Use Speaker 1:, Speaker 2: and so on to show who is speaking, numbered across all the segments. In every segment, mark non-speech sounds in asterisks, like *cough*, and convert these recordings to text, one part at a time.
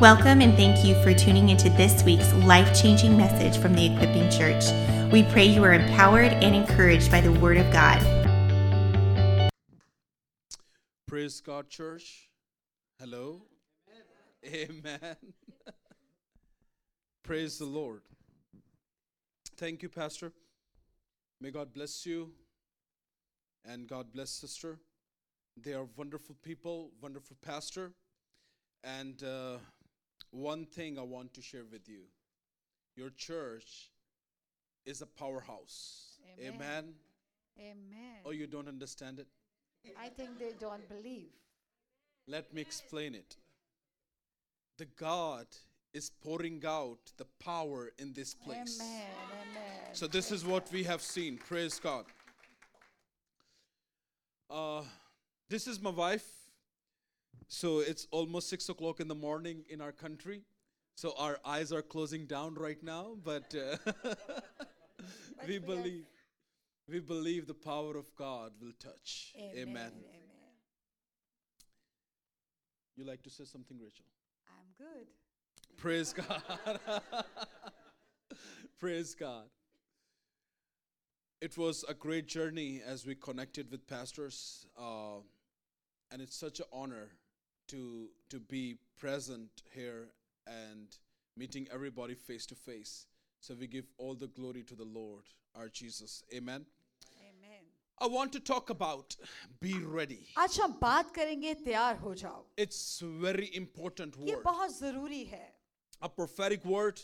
Speaker 1: Welcome and thank you for tuning into this week's life changing message from the Equipping Church. We pray you are empowered and encouraged by the Word of God.
Speaker 2: Praise God, church. Hello. Amen. *laughs* Praise the Lord. Thank you, Pastor. May God bless you and God bless Sister. They are wonderful people, wonderful pastor. And uh, one thing I want to share with you your church is a powerhouse.
Speaker 3: Amen.
Speaker 2: Amen.
Speaker 3: Amen.
Speaker 2: Oh, you don't understand it?
Speaker 3: I think they don't believe.
Speaker 2: Let me explain it. The God is pouring out the power in this place.
Speaker 3: Amen. Amen.
Speaker 2: So this is what we have seen. Praise God. Uh, this is my wife. So it's almost six o'clock in the morning in our country. So our eyes are closing down right now, but uh, *laughs* we
Speaker 3: we are-
Speaker 2: believe we believe the power of God will touch. Amen.
Speaker 3: Amen.
Speaker 2: You like to say something, Rachel?
Speaker 3: I'm good.
Speaker 2: Praise God. *laughs* Praise God. It was a great journey as we connected with pastors, uh, and it's such an honor to to be present here and meeting everybody face to face. So we give all the glory to the Lord, our Jesus. Amen.
Speaker 3: Amen.
Speaker 2: I want to talk about be ready.
Speaker 3: आज हम बात करेंगे तैयार हो जाओ
Speaker 2: It's very important
Speaker 3: ये
Speaker 2: word,
Speaker 3: बहुत जरूरी है
Speaker 2: a prophetic word.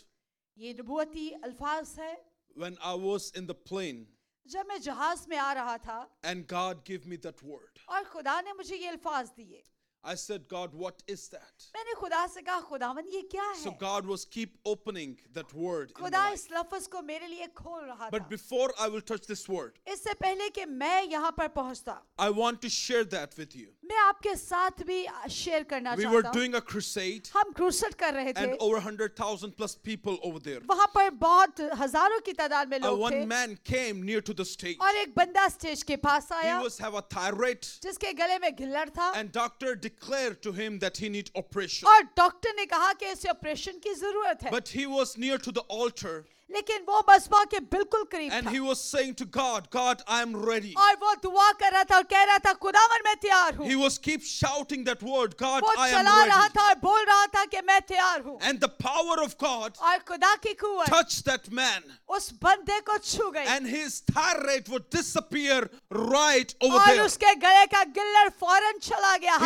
Speaker 3: ये नबूवती अल्फाज है
Speaker 2: When I was in the plane,
Speaker 3: जब मैं जहाज में आ रहा था
Speaker 2: And God gave me that word.
Speaker 3: और खुदा ने मुझे ये अल्फाज दिए
Speaker 2: I said, God, what is that?
Speaker 3: मैंने खुदा से कहा खुदावन ये क्या है
Speaker 2: So God was keep opening that word. In my
Speaker 3: खुदा
Speaker 2: life.
Speaker 3: इस लफ्ज को मेरे लिए खोल रहा
Speaker 2: But
Speaker 3: था
Speaker 2: before I will touch this word,
Speaker 3: इससे पहले कि मैं यहाँ पर पहुँचता
Speaker 2: I want to share that with you.
Speaker 3: मैं आपके साथ भी शेयर करना
Speaker 2: We were
Speaker 3: चाहता हूँ
Speaker 2: doing a crusade,
Speaker 3: हम क्रूसेट कर रहे
Speaker 2: and
Speaker 3: थे
Speaker 2: over 100,000 plus people over there.
Speaker 3: वहाँ पर बहुत हजारों की तादाद में
Speaker 2: Uh,
Speaker 3: लोग
Speaker 2: one
Speaker 3: थे
Speaker 2: man came near to the stage.
Speaker 3: और एक बंदा स्टेज के पास
Speaker 2: He
Speaker 3: आया
Speaker 2: was have a thyroid,
Speaker 3: जिसके गले में घिल्लड़ था
Speaker 2: and doctor declared to him that he need operation.
Speaker 3: और डॉक्टर ने कहा कि इसे ऑपरेशन की जरूरत है
Speaker 2: But he was near to the altar,
Speaker 3: लेकिन वो बसपा के बिल्कुल करीब
Speaker 2: and he
Speaker 3: था
Speaker 2: was saying to God, God, I am ready.
Speaker 3: और वो दुआ कर रहा था और कह रहा था खुदावर मैं तैयार हूँ
Speaker 2: He was keep shouting that word, God,
Speaker 3: वो
Speaker 2: I am
Speaker 3: चला रहा
Speaker 2: ready.
Speaker 3: था और बोल रहा था कि मैं तैयार हूँ
Speaker 2: And the power of God
Speaker 3: और खुदा की कुवत
Speaker 2: touched that man,
Speaker 3: उस बंदे को छू गई
Speaker 2: and his thyroid would disappear right over
Speaker 3: और
Speaker 2: there.
Speaker 3: उसके गले का गिल्लड़ फौरन चला गया
Speaker 2: He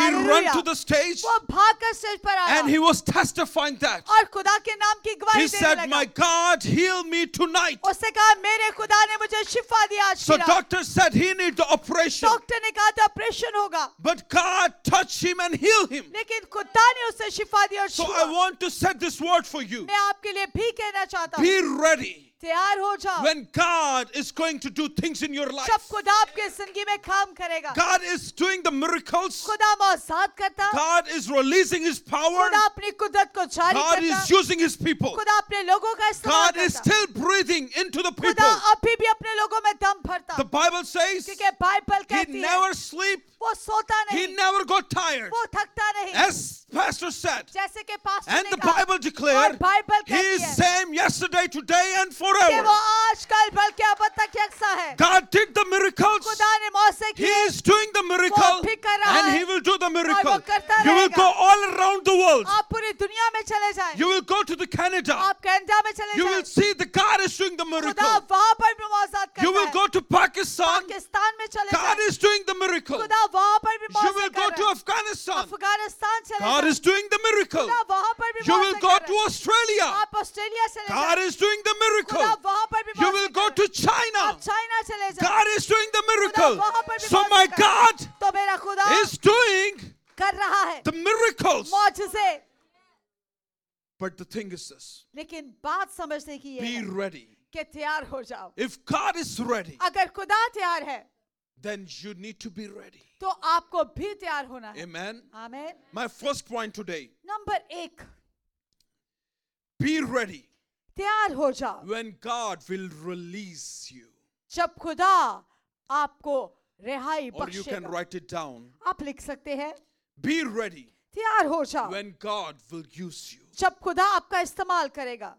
Speaker 2: ran
Speaker 3: hallelujah.
Speaker 2: to the stage
Speaker 3: वो भागकर स्टेज पर आया
Speaker 2: and he was testifying that.
Speaker 3: और खुदा के नाम की गवाही
Speaker 2: He
Speaker 3: देने
Speaker 2: said,
Speaker 3: लगा
Speaker 2: My God, heal me tonight.
Speaker 3: उसने कहा मेरे खुदा ने मुझे शिफा दिया आज
Speaker 2: So
Speaker 3: की रात."
Speaker 2: doctor said he need the operation.
Speaker 3: Doctor ने कहा था ऑपरेशन होगा
Speaker 2: But God touched him and healed him.
Speaker 3: लेकिन खुदा ने उसे शिफा दी और
Speaker 2: So
Speaker 3: छुआ।
Speaker 2: I want to set this word for you.
Speaker 3: मैं आपके लिए भी कहना चाहता हूँ
Speaker 2: Be ready
Speaker 3: तैयार हो जाओ
Speaker 2: when God is going to do things in your life.
Speaker 3: जब खुदा आपके जिंदगी में काम करेगा
Speaker 2: God is doing the miracles.
Speaker 3: खुदा मौसाद करता
Speaker 2: God is releasing His power.
Speaker 3: खुदा अपनी कुदरत को जारी
Speaker 2: God
Speaker 3: करता
Speaker 2: is using His people.
Speaker 3: खुदा अपने लोगों का इस्तेमाल
Speaker 2: God is
Speaker 3: करता
Speaker 2: still breathing into the people.
Speaker 3: खुदा अभी भी अपने लोगों में दम भरता
Speaker 2: The Bible says
Speaker 3: क्योंकि बाइबल कहती
Speaker 2: He
Speaker 3: है
Speaker 2: never sleep.
Speaker 3: वो सोता
Speaker 2: He
Speaker 3: नहीं
Speaker 2: never got tired.
Speaker 3: वो थकता नहीं
Speaker 2: As Pastor said,
Speaker 3: जैसे कि पास्टर
Speaker 2: and
Speaker 3: ने
Speaker 2: the
Speaker 3: कहा,
Speaker 2: Bible declared,
Speaker 3: और बाइबल
Speaker 2: He is
Speaker 3: कहती है
Speaker 2: same yesterday, today, and
Speaker 3: कि वो
Speaker 2: forever.
Speaker 3: आजकल बल्कि अब तक यकसा है
Speaker 2: God did the miracles.
Speaker 3: खुदा ने मौसे
Speaker 2: He
Speaker 3: की
Speaker 2: is doing the miracle,
Speaker 3: ठीक कर रहा
Speaker 2: and
Speaker 3: है,
Speaker 2: He will do the
Speaker 3: वो
Speaker 2: miracle.
Speaker 3: करता
Speaker 2: You will
Speaker 3: रहेगा।
Speaker 2: go all around the world.
Speaker 3: आप पूरी दुनिया में चले जाएं
Speaker 2: You will go to the Canada.
Speaker 3: आप कनाडा में चले
Speaker 2: You will
Speaker 3: जाएं
Speaker 2: see that God is doing the
Speaker 3: खुदा
Speaker 2: miracle.
Speaker 3: वहाँ पर भी मौजात
Speaker 2: You
Speaker 3: करता
Speaker 2: will
Speaker 3: है
Speaker 2: go to Pakistan.
Speaker 3: पाकिस्तान में चले
Speaker 2: God
Speaker 3: जाएं
Speaker 2: is doing the miracle.
Speaker 3: खुदा वहाँ पर भी
Speaker 2: You
Speaker 3: मौजात
Speaker 2: will go
Speaker 3: कर
Speaker 2: to
Speaker 3: रहा है
Speaker 2: Afghanistan.
Speaker 3: अफगानिस्तान चले
Speaker 2: God
Speaker 3: जाएं
Speaker 2: is doing the miracle.
Speaker 3: खुदा वहाँ पर भी
Speaker 2: You will
Speaker 3: मौजात
Speaker 2: go
Speaker 3: कर
Speaker 2: to
Speaker 3: रहा है
Speaker 2: Australia.
Speaker 3: आप ऑस्ट्रेलिया
Speaker 2: God
Speaker 3: चले जाएं
Speaker 2: is doing the
Speaker 3: खुदा
Speaker 2: miracle.
Speaker 3: वहाँ पर भी
Speaker 2: You
Speaker 3: मौजात
Speaker 2: will
Speaker 3: कर
Speaker 2: go
Speaker 3: रहा
Speaker 2: to
Speaker 3: है।
Speaker 2: China.
Speaker 3: आप चाइना चले जाएं
Speaker 2: God is doing the
Speaker 3: खुदा
Speaker 2: miracle.
Speaker 3: वहाँ पर भी
Speaker 2: So my
Speaker 3: मौजात कर रहा है।
Speaker 2: God
Speaker 3: तो मेरा खुदा
Speaker 2: is doing
Speaker 3: कर रहा है
Speaker 2: the miracles.
Speaker 3: मौजूदे
Speaker 2: But the thing is this
Speaker 3: लेकिन बात समझने की ये
Speaker 2: be
Speaker 3: है
Speaker 2: ready.
Speaker 3: कि तैयार हो जाओ
Speaker 2: If God is ready,
Speaker 3: अगर खुदा तैयार है
Speaker 2: then you need to be ready.
Speaker 3: तो आपको भी तैयार होना है
Speaker 2: Amen.
Speaker 3: Amen
Speaker 2: My first point today
Speaker 3: number एक
Speaker 2: be ready
Speaker 3: तैयार हो जाओ
Speaker 2: when God will release you.
Speaker 3: जब खुदा आपको रिहाई
Speaker 2: Or you can
Speaker 3: बख्शेगा
Speaker 2: write it down.
Speaker 3: आप लिख सकते हैं
Speaker 2: Be ready
Speaker 3: तैयार हो जाओ
Speaker 2: when God will use you.
Speaker 3: जब खुदा आपका इस्तेमाल करेगा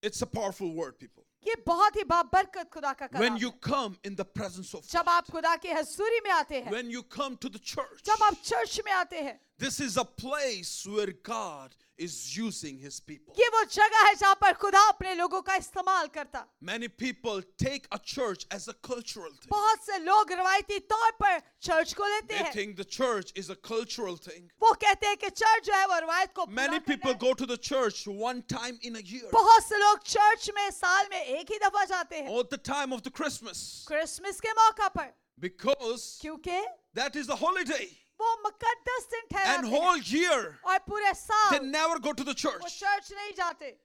Speaker 2: It's a powerful word, people.
Speaker 3: ये बहुत ही बाबरकत खुदा का कलाम
Speaker 2: When
Speaker 3: है।
Speaker 2: you come in the presence of
Speaker 3: जब आप खुदा के हजूरी में आते हैं
Speaker 2: when you come to the church,
Speaker 3: जब आप church में आते हैं
Speaker 2: this is a place where God is using his people.
Speaker 3: ये वो जगह है जहाँ पर खुदा अपने लोगों का इस्तेमाल करता
Speaker 2: Many people take a church as a cultural thing.
Speaker 3: बहुत से लोग रवायती तौर पर चर्च को लेते
Speaker 2: They
Speaker 3: हैं
Speaker 2: think the church is a cultural thing.
Speaker 3: वो कहते हैं कि चर्च जो है वो रवायत को पूरा
Speaker 2: Many
Speaker 3: करना
Speaker 2: people
Speaker 3: है।
Speaker 2: go to the church one time in a year.
Speaker 3: बहुत से लोग चर्च में साल में एक ही दफा जाते हैं
Speaker 2: All the time of the Christmas.
Speaker 3: Christmas के मौका पर
Speaker 2: Because
Speaker 3: क्योंकि
Speaker 2: that is the holiday.
Speaker 3: वो मुकद्दस दिन
Speaker 2: And
Speaker 3: ठहराते
Speaker 2: whole
Speaker 3: हैं
Speaker 2: year
Speaker 3: और पूरे
Speaker 2: they
Speaker 3: साल
Speaker 2: never go to the
Speaker 3: वो
Speaker 2: church.
Speaker 3: चर्च नहीं जाते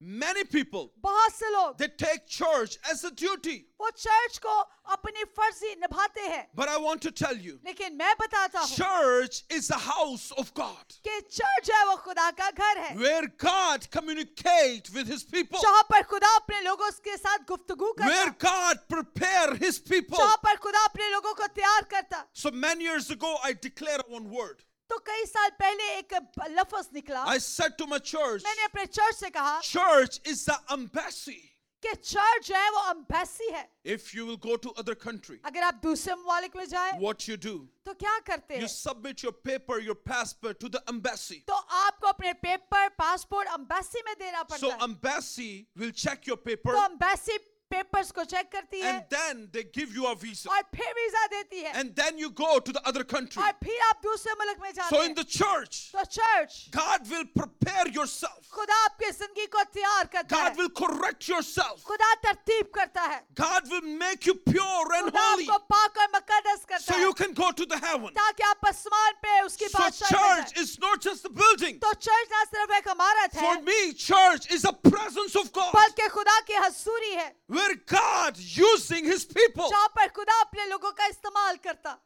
Speaker 2: Many people
Speaker 3: बहुत से लोग
Speaker 2: they take church as a duty.
Speaker 3: वो चर्च को अपनी फर्जी निभाते हैं
Speaker 2: But I want to tell you,
Speaker 3: लेकिन मैं बताता हूँ
Speaker 2: church is the house of God.
Speaker 3: कि चर्च है वो खुदा का घर है
Speaker 2: where God communicates with his people,
Speaker 3: जहाँ पर खुदा अपने लोगों के साथ गुफ्तगू करता
Speaker 2: where God prepares his people.
Speaker 3: जहाँ पर खुदा अपने लोगों को तैयार करता
Speaker 2: So many years ago, I declared one word.
Speaker 3: तो कई साल पहले एक लफज निकला
Speaker 2: I said to my church,
Speaker 3: मैंने अपने चर्च से कहा
Speaker 2: church is the embassy.
Speaker 3: कि चर्च जो है वो अम्बेसी है
Speaker 2: If you will go to other country,
Speaker 3: अगर आप दूसरे ममालिक में जाए
Speaker 2: what you do,
Speaker 3: तो क्या करते
Speaker 2: you
Speaker 3: हैं
Speaker 2: submit your paper, your passport to the embassy.
Speaker 3: तो आपको अपने पेपर पासपोर्ट अम्बेसी में देना
Speaker 2: So um,
Speaker 3: पड़ता है
Speaker 2: embassy will check your paper
Speaker 3: तो अम्बेसी पेपर्स को चेक करती है
Speaker 2: and then they give you a visa.
Speaker 3: और फिर वीजा देती है
Speaker 2: And then you go to the other country.
Speaker 3: और फिर आप दूसरे मुल्क में जाते
Speaker 2: So in the
Speaker 3: हैं
Speaker 2: church,
Speaker 3: तो church
Speaker 2: God will prepare yourself.
Speaker 3: खुदा आपकी जिंदगी को तैयार करता
Speaker 2: God
Speaker 3: है
Speaker 2: will correct yourself.
Speaker 3: खुदा तरतीब करता है
Speaker 2: God will make you pure and
Speaker 3: खुदा
Speaker 2: holy
Speaker 3: आपको पाक और मुकद्दस करता
Speaker 2: so
Speaker 3: है
Speaker 2: you can go to the heaven.
Speaker 3: ताकि आप आसमान पे उसकी
Speaker 2: So
Speaker 3: बादशाही में
Speaker 2: church
Speaker 3: जाएं।
Speaker 2: is not just a building.
Speaker 3: तो चर्च ना सिर्फ एक इमारत है
Speaker 2: For me, church is a presence of God
Speaker 3: बल्कि खुदा की हसूरी है
Speaker 2: where God using his people.
Speaker 3: जहाँ पर खुदा अपने लोगों का इस्तेमाल करता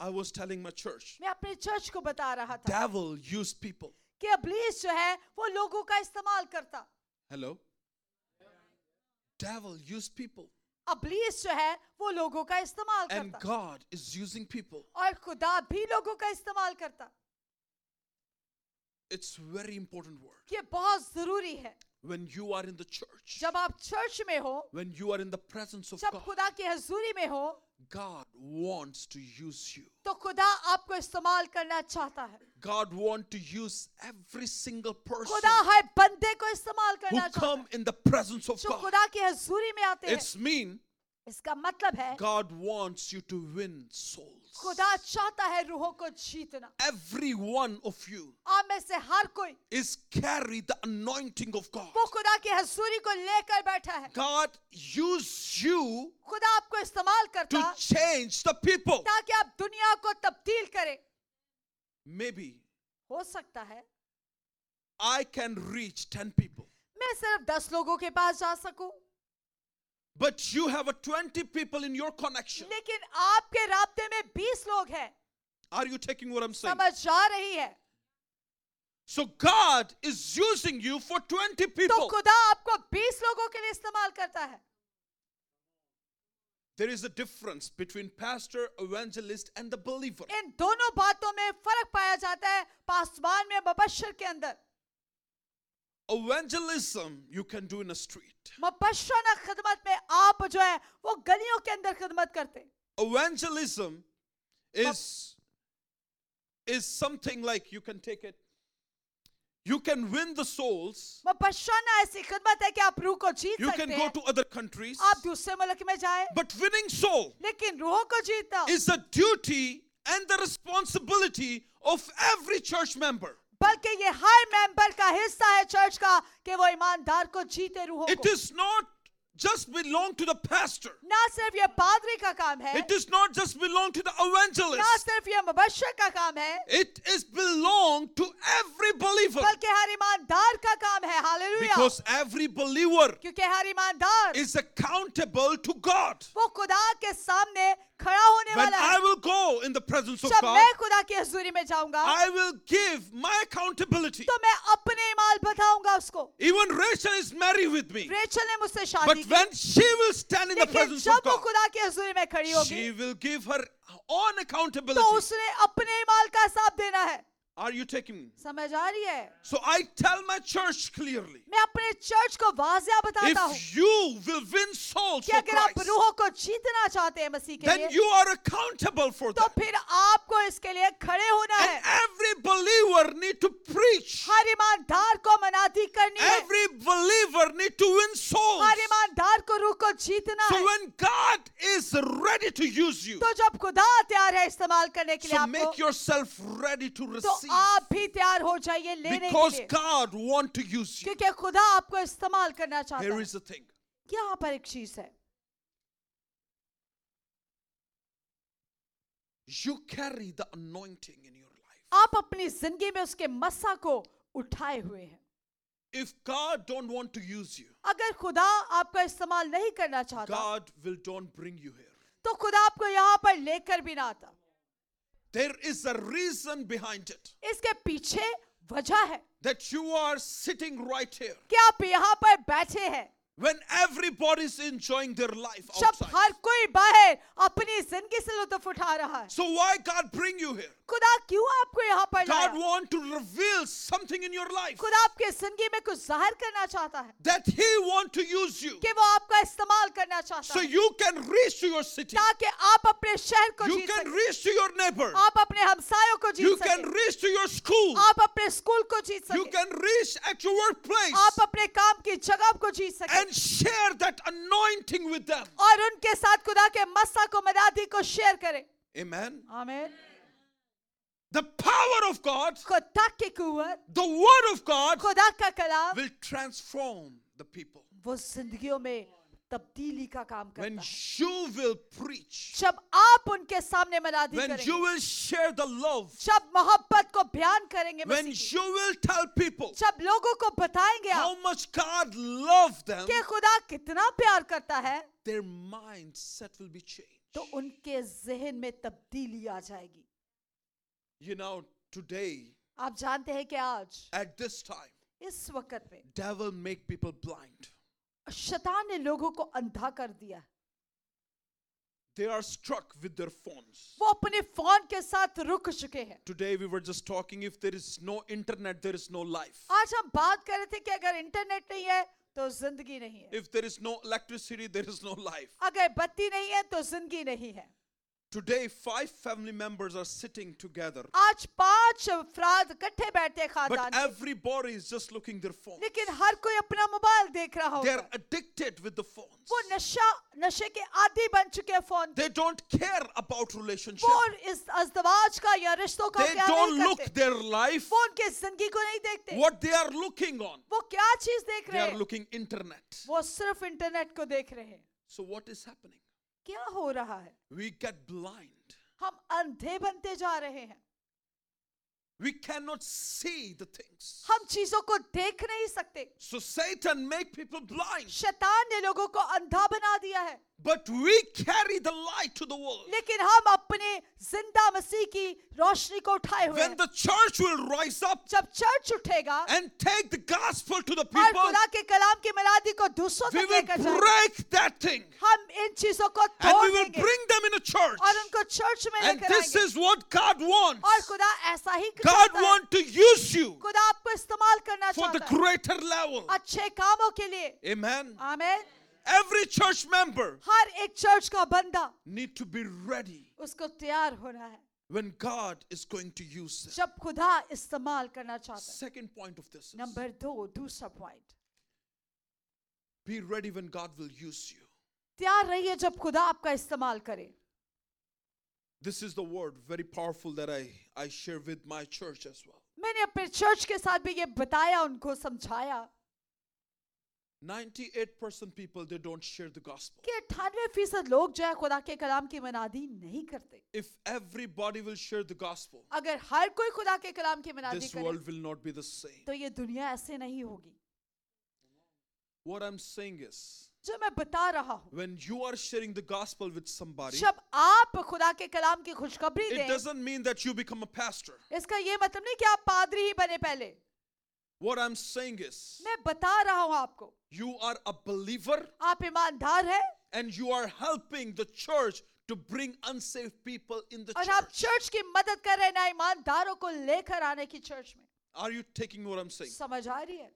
Speaker 2: I was telling my church,
Speaker 3: मैं अपने चर्च को बता रहा था
Speaker 2: devil used people.
Speaker 3: कि अब्लीस जो है वो लोगों का इस्तेमाल करता
Speaker 2: Hello? Devil used people.
Speaker 3: अब्लीस जो है वो लोगों का इस्तेमाल
Speaker 2: And
Speaker 3: करता
Speaker 2: God is using people.
Speaker 3: और खुदा भी लोगों का इस्तेमाल करता
Speaker 2: It's very important word.
Speaker 3: ये बहुत जरूरी है
Speaker 2: When you are in the church,
Speaker 3: जब आप चर्च में हो
Speaker 2: when you are in the presence of
Speaker 3: जब
Speaker 2: God,
Speaker 3: खुदा की हजूरी में हो
Speaker 2: God wants to use you.
Speaker 3: तो खुदा आपको इस्तेमाल करना चाहता है
Speaker 2: God want to use every single person
Speaker 3: खुदा हर बंदे को इस्तेमाल
Speaker 2: who
Speaker 3: करना चाहता
Speaker 2: come
Speaker 3: है
Speaker 2: in the presence of
Speaker 3: जो
Speaker 2: God.
Speaker 3: खुदा की हजूरी में आते हैं
Speaker 2: It's mean
Speaker 3: इसका मतलब है
Speaker 2: God wants you to win souls.
Speaker 3: खुदा चाहता है रूहों को जीतना
Speaker 2: Every one of you
Speaker 3: आप में से हर कोई
Speaker 2: is carry the anointing of God.
Speaker 3: वो खुदा की हजूरी को लेकर बैठा है
Speaker 2: God use you
Speaker 3: खुदा आपको इस्तेमाल करता
Speaker 2: to change the people.
Speaker 3: ताकि आप दुनिया को तब्दील करें
Speaker 2: Maybe
Speaker 3: हो सकता है
Speaker 2: I can reach 10 people.
Speaker 3: मैं सिर्फ दस लोगों के पास जा सकूं
Speaker 2: But you have a 20 people in your connection.
Speaker 3: लेकिन आपके रास्ते में बीस लोग हैं
Speaker 2: Are you taking what I'm saying?
Speaker 3: समझ जा रही है
Speaker 2: So God is using you for 20
Speaker 3: तो
Speaker 2: people.
Speaker 3: खुदा आपको बीस लोगों के लिए इस्तेमाल करता है
Speaker 2: There is a difference between pastor, evangelist, and the believer.
Speaker 3: इन दोनों बातों में फर्क पाया जाता है पासवान में मुबशर के अंदर
Speaker 2: Evangelism you can do in a street.
Speaker 3: Mubashar ना खिदमत में आप जो है वो गलियों के अंदर खिदमत करते
Speaker 2: Evangelism is is something like you can take it. You can win the souls.
Speaker 3: Mubashar ना ऐसी खिदमत है कि आप रूह को जीत
Speaker 2: You can
Speaker 3: सकते
Speaker 2: go
Speaker 3: हैं
Speaker 2: to other countries.
Speaker 3: आप दूसरे मुल्क में जाए
Speaker 2: But winning soul
Speaker 3: लेकिन रूहों को जीतना
Speaker 2: is a duty and the responsibility of every church member.
Speaker 3: बल्कि ये हर मेंबर का हिस्सा है चर्च का कि वो ईमानदार को जीते रूहों
Speaker 2: It
Speaker 3: को
Speaker 2: is not just belong to the pastor.
Speaker 3: ना सिर्फ ये पादरी का काम है
Speaker 2: It does not just belong to the evangelist.
Speaker 3: ना सिर्फ ये मुबशर का काम है
Speaker 2: It is belong to every believer.
Speaker 3: बल्कि हर ईमानदार का काम है हालेलुया
Speaker 2: Because every believer
Speaker 3: क्योंकि हर ईमानदार
Speaker 2: is accountable to God.
Speaker 3: वो खुदा के सामने खड़ा होने
Speaker 2: When
Speaker 3: वाला
Speaker 2: I
Speaker 3: है
Speaker 2: will go in the presence of
Speaker 3: जब
Speaker 2: God,
Speaker 3: e मैं खुदा की हजूरी में जाऊंगा
Speaker 2: I will give my accountability.
Speaker 3: तो मैं अपने ईमान हाल बताऊंगा उसको
Speaker 2: Even Rachel is married with me.
Speaker 3: Rachel ने मुझसे
Speaker 2: But
Speaker 3: शादी की
Speaker 2: when she will stand in the
Speaker 3: लेकिन
Speaker 2: presence of
Speaker 3: जब वो
Speaker 2: God,
Speaker 3: खुदा की हजूरी में खड़ी होगी
Speaker 2: she will give her own
Speaker 3: तो
Speaker 2: accountability.
Speaker 3: उसने अपने माल का हिसाब देना है
Speaker 2: Are you taking me?
Speaker 3: समझ आ रही है
Speaker 2: So I tell my church clearly
Speaker 3: मैं अपने चर्च को वाजिया बताता हूँ
Speaker 2: if you will win souls
Speaker 3: कि
Speaker 2: for
Speaker 3: अगर आप
Speaker 2: Christ,
Speaker 3: रूहों को जीतना चाहते हैं मसीह के
Speaker 2: then
Speaker 3: लिए
Speaker 2: you are accountable for
Speaker 3: तो
Speaker 2: that.
Speaker 3: फिर आपको इसके लिए खड़े होना
Speaker 2: And
Speaker 3: है
Speaker 2: every believer need to preach.
Speaker 3: हर ईमानदार को मनादी करनी है
Speaker 2: Every believer need to win souls.
Speaker 3: हर ईमानदार को रूह को जीतना
Speaker 2: So
Speaker 3: है
Speaker 2: when God is ready to use you,
Speaker 3: तो जब खुदा तैयार है इस्तेमाल करने के लिए
Speaker 2: so make
Speaker 3: आपको
Speaker 2: yourself ready to
Speaker 3: तो
Speaker 2: receive.
Speaker 3: आप भी तैयार हो जाइए लेने के
Speaker 2: Because
Speaker 3: लिए
Speaker 2: God want to use you.
Speaker 3: क्योंकि खुदा आपको इस्तेमाल करना चाहता
Speaker 2: Here
Speaker 3: है
Speaker 2: is the thing.
Speaker 3: यहाँ पर एक चीज है
Speaker 2: You carry the anointing in your life.
Speaker 3: आप अपनी जिंदगी में उसके मस्सा को उठाए हुए हैं
Speaker 2: If God don't want to use you,
Speaker 3: अगर खुदा आपका इस्तेमाल नहीं करना चाहता
Speaker 2: God will don't bring you here.
Speaker 3: तो खुदा आपको यहाँ पर लेकर भी ना आता
Speaker 2: There is a reason behind it
Speaker 3: इसके पीछे वजह है
Speaker 2: that you are sitting right here
Speaker 3: कि आप यहाँ पर बैठे हैं
Speaker 2: when everybody is enjoying their life
Speaker 3: जब
Speaker 2: outside.
Speaker 3: हर कोई बाहर अपनी जिंदगी से लुत्फ उठा रहा है
Speaker 2: So why God bring you here?
Speaker 3: खुदा क्यों आपको यहाँ पर
Speaker 2: God
Speaker 3: लाया
Speaker 2: want to reveal something in your life
Speaker 3: खुदा आपके जिंदगी में कुछ जाहिर करना चाहता है
Speaker 2: that He want to use you,
Speaker 3: कि वो आपका इस्तेमाल करना
Speaker 2: so
Speaker 3: चाहता है
Speaker 2: you can reach to your city,
Speaker 3: ताकि आप अपने शहर को
Speaker 2: you
Speaker 3: जीत
Speaker 2: can
Speaker 3: सकें
Speaker 2: reach to your neighbor,
Speaker 3: आप अपने हमसायों को
Speaker 2: you
Speaker 3: जीत
Speaker 2: can
Speaker 3: सकें
Speaker 2: reach to your school,
Speaker 3: आप अपने स्कूल को जीत
Speaker 2: you
Speaker 3: सकें
Speaker 2: can reach at your workplace,
Speaker 3: आप अपने काम की जगह को जीत सकें
Speaker 2: and share that anointing with them.
Speaker 3: और उनके साथ खुदा के मस्सा को मनादी को शेयर करें
Speaker 2: Amen.
Speaker 3: आमीन
Speaker 2: The power of God,
Speaker 3: खुदा की कुवत
Speaker 2: the word of God,
Speaker 3: खुदा का कलाम
Speaker 2: will transform the people.
Speaker 3: वो जिंदगियों में तब्दीली का काम करता
Speaker 2: When
Speaker 3: है
Speaker 2: you will preach,
Speaker 3: जब आप उनके सामने मनादी
Speaker 2: when
Speaker 3: करेंगे
Speaker 2: you will share the love,
Speaker 3: जब मोहब्बत को बयान करेंगे
Speaker 2: when
Speaker 3: मसीह की,
Speaker 2: you will tell people
Speaker 3: जब लोगों को बताएंगे आप
Speaker 2: how much God loved them,
Speaker 3: कि खुदा कितना प्यार करता है
Speaker 2: their mindset will be changed.
Speaker 3: तो उनके जहन में तब्दीली आ जाएगी
Speaker 2: You know, today
Speaker 3: आप जानते हैं कि आज
Speaker 2: at this time,
Speaker 3: इस वक्त में
Speaker 2: devil make people blind.
Speaker 3: शैतान ने लोगों को अंधा कर दिया है।
Speaker 2: They are struck with their phones.
Speaker 3: वो अपने फोन के साथ रुक चुके हैं
Speaker 2: Today we were just talking if there is no internet, there is no life.
Speaker 3: आज हम बात कर रहे थे कि अगर इंटरनेट नहीं है तो जिंदगी नहीं है
Speaker 2: If there is no electricity, there is no life.
Speaker 3: अगर बत्ती नहीं है तो जिंदगी नहीं है
Speaker 2: Today, five family members are sitting together,
Speaker 3: आज पांच अफराद इकट्ठे बैठे हैं
Speaker 2: but
Speaker 3: खानदान में।
Speaker 2: everybody is just looking their phone.
Speaker 3: लेकिन हर कोई अपना मोबाइल देख रहा
Speaker 2: They
Speaker 3: होगा
Speaker 2: are addicted with the phones.
Speaker 3: वो नशा नशे के आदि बन चुके हैं फोन के।
Speaker 2: They don't care about relationship.
Speaker 3: वो इस अजदवाज का या रिश्तों का
Speaker 2: They
Speaker 3: प्यार
Speaker 2: don't
Speaker 3: नहीं
Speaker 2: look
Speaker 3: करते
Speaker 2: their life.
Speaker 3: वो उनके जिंदगी को नहीं देखते
Speaker 2: What they are looking on,
Speaker 3: वो क्या चीज देख
Speaker 2: they
Speaker 3: रहे
Speaker 2: are
Speaker 3: हैं
Speaker 2: looking internet.
Speaker 3: वो सिर्फ इंटरनेट को देख रहे हैं
Speaker 2: So what is happening?
Speaker 3: क्या हो रहा है
Speaker 2: We get blind.
Speaker 3: हम अंधे बनते जा रहे हैं
Speaker 2: We cannot see the things.
Speaker 3: हम चीजों को देख नहीं सकते
Speaker 2: So Satan make people blind,
Speaker 3: शैतान ने लोगों को अंधा बना दिया है
Speaker 2: but we carry the light to the world.
Speaker 3: लेकिन हम अपने जिंदा मसीह की रोशनी को उठाए हुए
Speaker 2: When
Speaker 3: हैं
Speaker 2: the church will rise up
Speaker 3: जब चर्च उठेगा
Speaker 2: and take the gospel to the
Speaker 3: और
Speaker 2: people,
Speaker 3: खुदा के कलाम की मनादी को दूसरों
Speaker 2: we
Speaker 3: तक
Speaker 2: will
Speaker 3: लेकर जाएगा
Speaker 2: break that thing
Speaker 3: हम इन चीजों को
Speaker 2: and
Speaker 3: तोड़
Speaker 2: we will
Speaker 3: देंगे
Speaker 2: bring them in a church.
Speaker 3: और उनको चर्च में
Speaker 2: And
Speaker 3: लेकर
Speaker 2: this
Speaker 3: आएंगे
Speaker 2: is what God
Speaker 3: और
Speaker 2: wants.
Speaker 3: खुदा ऐसा ही
Speaker 2: God
Speaker 3: चाहता है
Speaker 2: want to use you
Speaker 3: खुदा आपको इस्तेमाल करना
Speaker 2: for the
Speaker 3: चाहता है
Speaker 2: greater level.
Speaker 3: अच्छे कामों के लिए
Speaker 2: Amen.
Speaker 3: आमेन
Speaker 2: Every church member
Speaker 3: हर एक चर्च का बंदा
Speaker 2: need to be ready
Speaker 3: उसको तैयार होना है
Speaker 2: when God is going to use them.
Speaker 3: जब खुदा इस्तेमाल करना चाहता है
Speaker 2: Second point of this is
Speaker 3: number दो दूसरा point
Speaker 2: be ready when God will use you.
Speaker 3: तैयार रहिए जब खुदा आपका इस्तेमाल करे
Speaker 2: This is the word very powerful that I, I share with my church as well.
Speaker 3: मैंने अपने चर्च के साथ भी ये बताया उनको समझाया
Speaker 2: 98% people they don't share the gospel.
Speaker 3: कि अट्ठानवे फीसद लोग जो है खुदा के कलाम की मनादी नहीं करते
Speaker 2: If everybody will share the gospel,
Speaker 3: अगर हर कोई खुदा के कलाम की मनादी
Speaker 2: this
Speaker 3: करे
Speaker 2: world will not be the same.
Speaker 3: तो ये दुनिया ऐसे नहीं होगी
Speaker 2: What I'm saying is
Speaker 3: जो मैं बता रहा हूँ
Speaker 2: when you are sharing the gospel with somebody,
Speaker 3: जब आप खुदा के कलाम की खुशखबरी
Speaker 2: it
Speaker 3: दें
Speaker 2: doesn't mean that you become a pastor.
Speaker 3: इसका ये मतलब नहीं कि आप पादरी ही बने पहले
Speaker 2: What I'm saying is,
Speaker 3: मैं बता रहा हूं आपको
Speaker 2: you are a believer
Speaker 3: आप ईमानदार हैं
Speaker 2: and you are helping the church to bring unsafe people in the
Speaker 3: और आप
Speaker 2: church.
Speaker 3: चर्च की मदद कर रहे हैं ना ईमानदारों को लेकर आने की चर्च में
Speaker 2: Are you taking what I'm saying?
Speaker 3: समझ आ रही है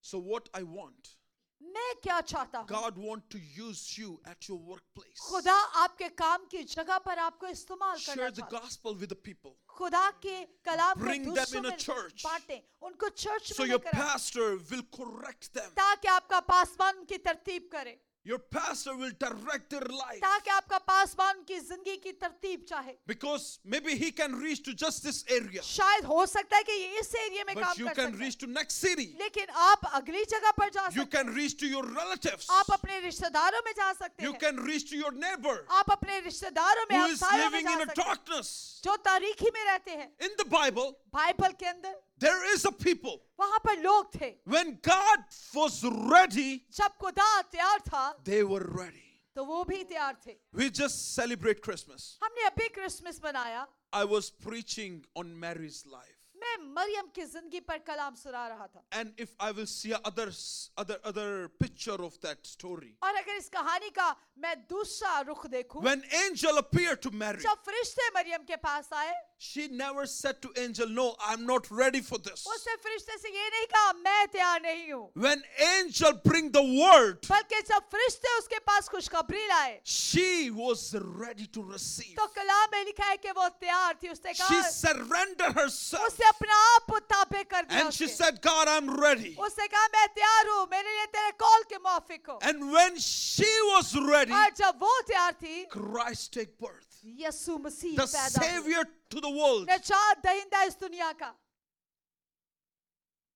Speaker 2: So what I want,
Speaker 3: मैं क्या चाहता हूँ
Speaker 2: God want to use you at your workplace.
Speaker 3: खुदा आपके काम की जगह पर आपको इस्तेमाल करना
Speaker 2: Share the
Speaker 3: चाहता है।
Speaker 2: gospel with the people.
Speaker 3: खुदा के कलाम को
Speaker 2: Bring them
Speaker 3: दूसरों
Speaker 2: in a
Speaker 3: में
Speaker 2: church.
Speaker 3: बांटें उनको चर्च
Speaker 2: So
Speaker 3: में
Speaker 2: your
Speaker 3: लेकर आएं,
Speaker 2: pastor will correct them.
Speaker 3: ताकि आपका पासवान की तरतीब करे
Speaker 2: Your pastor will direct their life.
Speaker 3: ताकि आपका पासवान की जिंदगी की तरतीब चाहे
Speaker 2: Because maybe he can reach to just this area.
Speaker 3: शायद हो सकता है कि ये इस एरिया में काम
Speaker 2: But you
Speaker 3: कर
Speaker 2: can
Speaker 3: सकते हैं
Speaker 2: reach to next city.
Speaker 3: लेकिन आप अगली जगह पर जा
Speaker 2: You
Speaker 3: सकते
Speaker 2: can reach to your relatives.
Speaker 3: हैं आप अपने रिश्तेदारों में जा सकते
Speaker 2: You
Speaker 3: हैं
Speaker 2: can reach to your neighbor
Speaker 3: आप अपने रिश्तेदारों में
Speaker 2: who is
Speaker 3: हमसायों में
Speaker 2: living
Speaker 3: जा
Speaker 2: in a
Speaker 3: सकते हैं
Speaker 2: darkness.
Speaker 3: जो तारीखी में रहते हैं
Speaker 2: In the Bible,
Speaker 3: बाइबल के अंदर
Speaker 2: there is a people.
Speaker 3: वहां पर लोग थे
Speaker 2: When God was ready,
Speaker 3: जब खुदा तैयार था
Speaker 2: they were ready.
Speaker 3: तो वो भी तैयार थे
Speaker 2: We just celebrate Christmas.
Speaker 3: हमने अभी क्रिसमस मनाया
Speaker 2: I was preaching on Mary's life.
Speaker 3: मैं मरियम की जिंदगी पर कलाम सुना रहा था
Speaker 2: And if I will see a other s- other other picture of that story.
Speaker 3: और अगर इस कहानी का मैं दूसरा रुख देखूं
Speaker 2: When angel appeared to Mary,
Speaker 3: जब फरिश्ते मरियम के पास आए
Speaker 2: she never said to angel, "No, I'm not ready for this."
Speaker 3: उसने फरिश्ते से ये नहीं कहा मैं तैयार नहीं हूँ
Speaker 2: When angel bring the word,
Speaker 3: बल्कि जब फरिश्ते उसके पास खुशखबरी लाए
Speaker 2: she was ready to receive.
Speaker 3: तो कलाम में लिखा है कि वो तैयार थी उसने
Speaker 2: She
Speaker 3: कहा
Speaker 2: surrendered
Speaker 3: *laughs*
Speaker 2: herself
Speaker 3: उसने अपना आप ताबे कर दिया
Speaker 2: and she
Speaker 3: उसने।
Speaker 2: said, God, I'm ready.
Speaker 3: उसने कहा मैं तैयार हूँ मेरे लिए तेरे कॉल के मुआफिक हो
Speaker 2: And when she was ready,
Speaker 3: और जब वो तैयार थी
Speaker 2: Christ take birth.
Speaker 3: Yesu Masih
Speaker 2: The
Speaker 3: पैदा हुए।
Speaker 2: savior to the world.
Speaker 3: निजात दहिंदा इस दुनिया का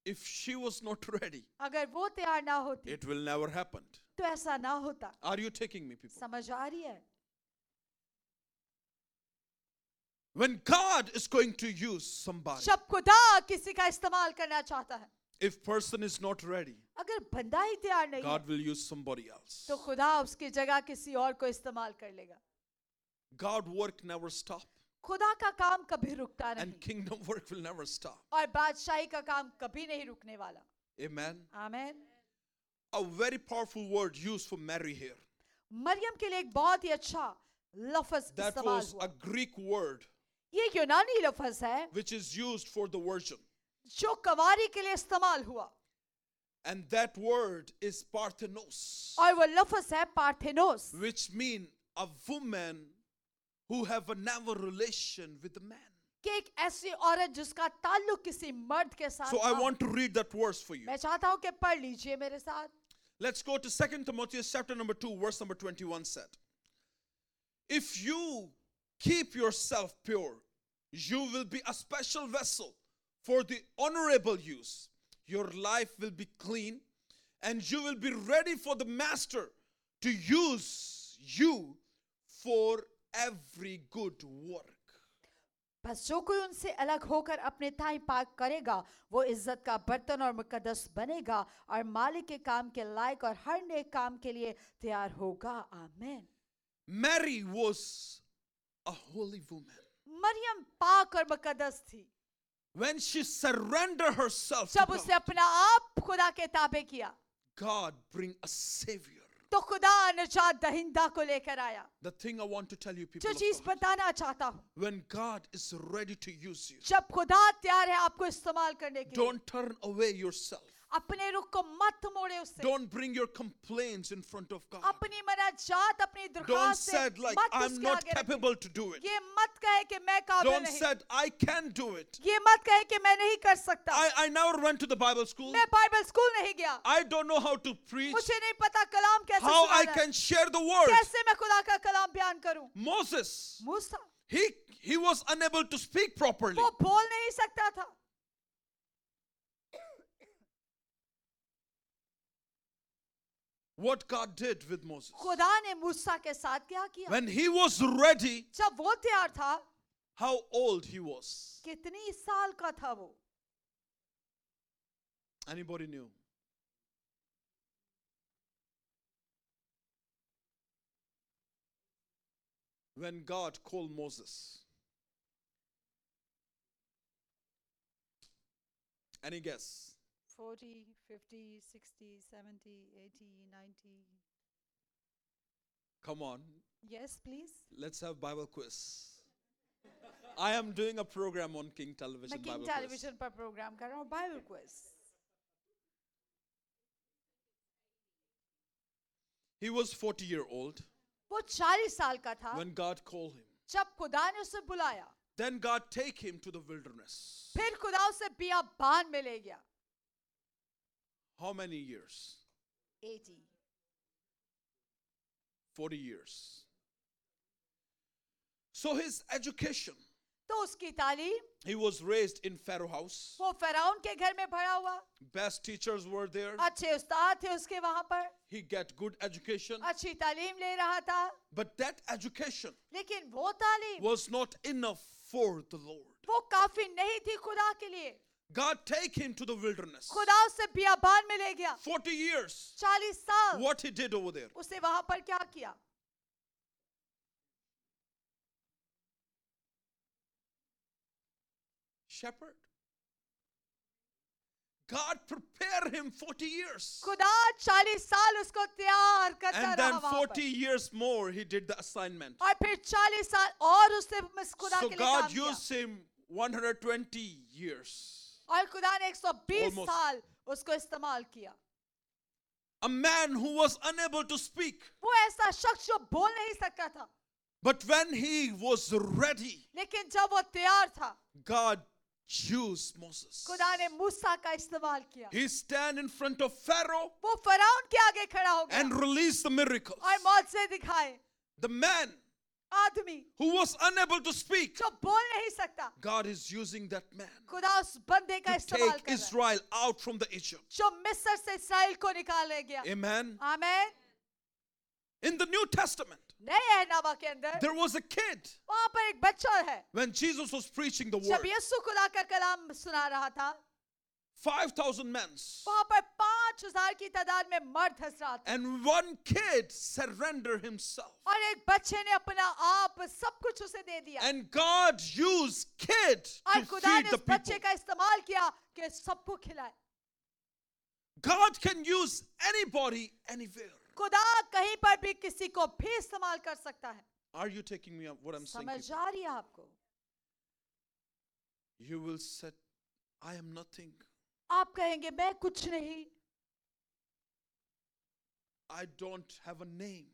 Speaker 2: If she was not ready,
Speaker 3: अगर वो तैयार ना होती
Speaker 2: it will never happen.
Speaker 3: तो ऐसा ना होता
Speaker 2: Are you taking me, people?
Speaker 3: समझ आ रही है
Speaker 2: When God is going to use somebody,
Speaker 3: जब खुदा किसी का इस्तेमाल करना चाहता है
Speaker 2: if person is not ready,
Speaker 3: अगर बंदा ही तैयार नहीं है,
Speaker 2: God will use somebody else.
Speaker 3: तो खुदा उसकी जगह किसी और को इस्तेमाल कर लेगा
Speaker 2: God work never stop,
Speaker 3: खुदा का काम कभी रुकता
Speaker 2: and
Speaker 3: नहीं
Speaker 2: kingdom *laughs* work will never stop.
Speaker 3: और बादशाही का काम कभी नहीं रुकने वाला
Speaker 2: Amen.
Speaker 3: Amen
Speaker 2: A very powerful word used for Mary here.
Speaker 3: Maryam के लिए एक बहुत ही अच्छा लफज
Speaker 2: That
Speaker 3: इस्तेमाल
Speaker 2: was a
Speaker 3: हुआ
Speaker 2: Greek word
Speaker 3: ये यूनानी लफज है
Speaker 2: which is used for the virgin.
Speaker 3: जो कवारी के लिए इस्तेमाल हुआ
Speaker 2: And that word is parthenos,
Speaker 3: और वो लफज है पार्थेनोस
Speaker 2: which means a woman who have a never relation with a man.
Speaker 3: कि एक ऐसी औरत जिसका ताल्लुक किसी मर्द के साथ
Speaker 2: So I
Speaker 3: ना हो।
Speaker 2: want to read that verse for you.
Speaker 3: मैं चाहता हूं कि पढ़ लीजिए मेरे साथ
Speaker 2: Let's go to 2 Timothy chapter number 2 verse number 21 said. If you keep yourself pure, you will be a special vessel for the honorable use. Your life will be clean and you will be ready for the master to use you for every good work.
Speaker 3: बस जो कोई उनसे अलग होकर अपने ताई पाक करेगा वो इज्जत का बर्तन और मुकदस बनेगा और मालिक के काम के लायक और हर नेक काम के लिए तैयार होगा आमेन
Speaker 2: Mary was a holy woman.
Speaker 3: Maryam पाक और मुकदस थी
Speaker 2: When she surrendered herself to
Speaker 3: जब उसने
Speaker 2: God,
Speaker 3: अपना आप खुदा के ताबे किया
Speaker 2: God bring a savior.
Speaker 3: तो खुदा निजात दहिंदा को लेकर आया
Speaker 2: The thing I want to tell you, people,
Speaker 3: जो
Speaker 2: of
Speaker 3: चीज
Speaker 2: God,
Speaker 3: बताना चाहता हूँ
Speaker 2: when God is ready to use you,
Speaker 3: जब खुदा तैयार है आपको इस्तेमाल करने के लिए
Speaker 2: don't turn away yourself.
Speaker 3: अपने रुख को मत मोड़े उससे
Speaker 2: Don't bring your complaints in front of God.
Speaker 3: अपनी मनाजात अपनी
Speaker 2: Don't
Speaker 3: दरख्वास्त
Speaker 2: said like
Speaker 3: मत
Speaker 2: I'm
Speaker 3: उसके
Speaker 2: not
Speaker 3: आगे रखें।
Speaker 2: capable to do it.
Speaker 3: ये मत कहे कि मैं काबिल
Speaker 2: Don't
Speaker 3: नहीं
Speaker 2: said I can do it.
Speaker 3: ये मत कहे कि मैं नहीं कर सकता
Speaker 2: I I never went to the Bible school.
Speaker 3: मैं बाइबल स्कूल नहीं गया
Speaker 2: I don't know how to preach.
Speaker 3: मुझे नहीं पता कलाम कैसे
Speaker 2: How I
Speaker 3: सुनाना है।
Speaker 2: can share the word.
Speaker 3: कैसे मैं खुदा का कलाम बयान करूं
Speaker 2: Moses,
Speaker 3: Musa
Speaker 2: he he was unable to speak properly.
Speaker 3: वो बोल नहीं सकता था
Speaker 2: What God did with Moses.
Speaker 3: खुदा ने मूसा के साथ क्या किया
Speaker 2: When he was ready,
Speaker 3: जब वो तैयार था
Speaker 2: how old he was.
Speaker 3: कितनी साल का था वो
Speaker 2: Anybody knew? When God called Moses, Any guess?
Speaker 4: 40, 50, 60, 70, 80, 90.
Speaker 2: Come on.
Speaker 4: Yes, please.
Speaker 2: Let's have Bible quiz. I am doing a program on King Television
Speaker 3: मैं किंग
Speaker 2: Bible quiz.
Speaker 3: टेलीविजन पर programme कर रहा हूँ Bible quiz
Speaker 2: He was 40 year old
Speaker 3: वो चालीस साल का था
Speaker 2: when God called him.
Speaker 3: जब खुदा ने उसे बुलाया
Speaker 2: Then God take him to the wilderness.
Speaker 3: फिर खुदा उसे बियाबान में ले गया
Speaker 2: How many years?
Speaker 3: 80
Speaker 2: 40 years. So his education,
Speaker 3: तो उसकी तालीम
Speaker 2: he was raised in Pharaoh house.
Speaker 3: वो फराउन के घर में भरा हुआ
Speaker 2: Best teachers were there.
Speaker 3: अच्छे उस्ताद थे उसके वहां पर
Speaker 2: He get good education,
Speaker 3: अच्छी तालीम ले रहा था
Speaker 2: but that education
Speaker 3: लेकिन वो तालीम
Speaker 2: was not enough for the Lord.
Speaker 3: वो काफी नहीं थी खुदा के लिए
Speaker 2: God take him to the wilderness.
Speaker 3: खुदा उसे बियाबान में ले गया
Speaker 2: 40 years.
Speaker 3: चालीस साल
Speaker 2: What he did over there.
Speaker 3: उसने वहां पर क्या किया
Speaker 2: Shepherd. God prepared him 40 years.
Speaker 3: खुदा चालीस साल उसको तैयार करता
Speaker 2: And
Speaker 3: रहा
Speaker 2: then
Speaker 3: वहाँ
Speaker 2: 40
Speaker 3: पर।
Speaker 2: years more he did the assignment.
Speaker 3: और फिर चालीस साल और उसने मिस खुदा
Speaker 2: So
Speaker 3: के लिए काम
Speaker 2: God
Speaker 3: किया
Speaker 2: used him 120 years.
Speaker 3: और खुदा ने 120
Speaker 2: Almost.
Speaker 3: साल उसको इस्तेमाल किया
Speaker 2: A man who was unable to speak.
Speaker 3: वो ऐसा शख्स जो बोल नहीं सकता था
Speaker 2: But when he was ready,
Speaker 3: लेकिन जब वो तैयार था
Speaker 2: God chose Moses.
Speaker 3: खुदा ने मूसा का इस्तेमाल किया
Speaker 2: He stand in front of Pharaoh
Speaker 3: वो फराउन के आगे खड़ा हो
Speaker 2: and
Speaker 3: गया
Speaker 2: release the miracles.
Speaker 3: और मौत से दिखाए
Speaker 2: The man
Speaker 3: आदमी
Speaker 2: who was unable to speak,
Speaker 3: जो बोल नहीं सकता
Speaker 2: God is using that man
Speaker 3: खुदा उस बंदे का
Speaker 2: to
Speaker 3: इस्तेमाल
Speaker 2: take
Speaker 3: कर रहा है,
Speaker 2: Israel out from the Egypt.
Speaker 3: जो मिस्र से इसराइल को निकाले गया
Speaker 2: Amen.
Speaker 3: Amen
Speaker 2: In the New Testament,
Speaker 3: नए अहनामा के अंदर
Speaker 2: there was a kid
Speaker 3: वहां पर एक बच्चा है
Speaker 2: when Jesus was preaching the
Speaker 3: जब
Speaker 2: word.
Speaker 3: यीशु खुदा का कलाम सुना रहा था
Speaker 2: 5,000 men's.
Speaker 3: वहां पर पांच हजार की तादाद में मर्द हंस रहा था
Speaker 2: And one kid surrender himself.
Speaker 3: और एक बच्चे ने अपना आप सब कुछ उसे दे दिया
Speaker 2: And God used kid
Speaker 3: और
Speaker 2: to
Speaker 3: खुदा
Speaker 2: feed
Speaker 3: ने
Speaker 2: the
Speaker 3: उस बच्चे
Speaker 2: people.
Speaker 3: का इस्तेमाल किया कि सबको खिलाए
Speaker 2: God can use anybody anywhere.
Speaker 3: खुदा कहीं पर भी किसी को भी इस्तेमाल कर सकता है
Speaker 2: Are you taking me up what I'm saying?
Speaker 3: समझ
Speaker 2: people?
Speaker 3: आ रही है आपको
Speaker 2: You will say, I am nothing.
Speaker 3: आप कहेंगे मैं कुछ नहीं
Speaker 2: I don't have a name.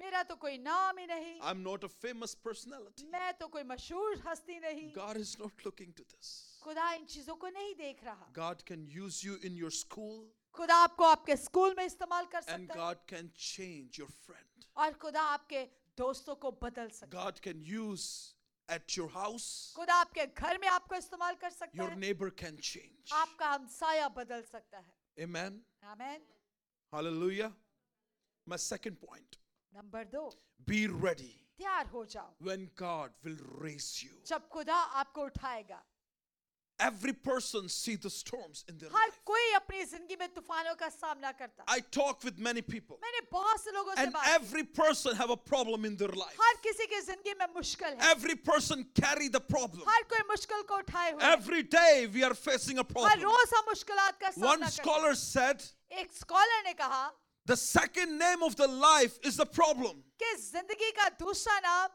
Speaker 3: मेरा तो कोई नाम ही नहीं
Speaker 2: I'm not a famous personality.
Speaker 3: मैं तो कोई मशहूर हस्ती नहीं
Speaker 2: God is not looking to this.
Speaker 3: खुदा इन चीजों को नहीं देख रहा
Speaker 2: God can use you in your school
Speaker 3: खुदा आपको आपके स्कूल में इस्तेमाल कर
Speaker 2: and
Speaker 3: सकता है
Speaker 2: God can change your friend.
Speaker 3: और खुदा आपके दोस्तों को बदल सकता है
Speaker 2: God can use at your house.
Speaker 3: खुदा आपके घर में आपको इस्तेमाल कर सकता
Speaker 2: Your
Speaker 3: है
Speaker 2: neighbor can change.
Speaker 3: आपका हमसाया बदल सकता है
Speaker 2: Amen.
Speaker 3: Amen
Speaker 2: Hallelujah. My second point
Speaker 3: नंबर दो
Speaker 2: be ready
Speaker 3: तैयार हो जाओ
Speaker 2: when God will raise you.
Speaker 3: जब खुदा आपको उठाएगा
Speaker 2: Every person see the storms in their
Speaker 3: her
Speaker 2: life.
Speaker 3: कोई अपनी जिंदगी में तूफानों का सामना करता है
Speaker 2: I talk with many people
Speaker 3: मैंने बहुत से लोगों से
Speaker 2: and
Speaker 3: बात की।
Speaker 2: every person have a problem in their life.
Speaker 3: हर किसी की जिंदगी में मुश्किल है
Speaker 2: Every person carry the problem.
Speaker 3: हर कोई मुश्किल को उठाए हुए है।
Speaker 2: Every day we are facing a
Speaker 3: her
Speaker 2: problem.
Speaker 3: रोज हम मुश्किलात का
Speaker 2: One
Speaker 3: सामना करते
Speaker 2: scholar said
Speaker 3: हैं। एक स्कॉलर ने कहा
Speaker 2: the second name of the life is the problem.
Speaker 3: कि जिंदगी का दूसरा नाम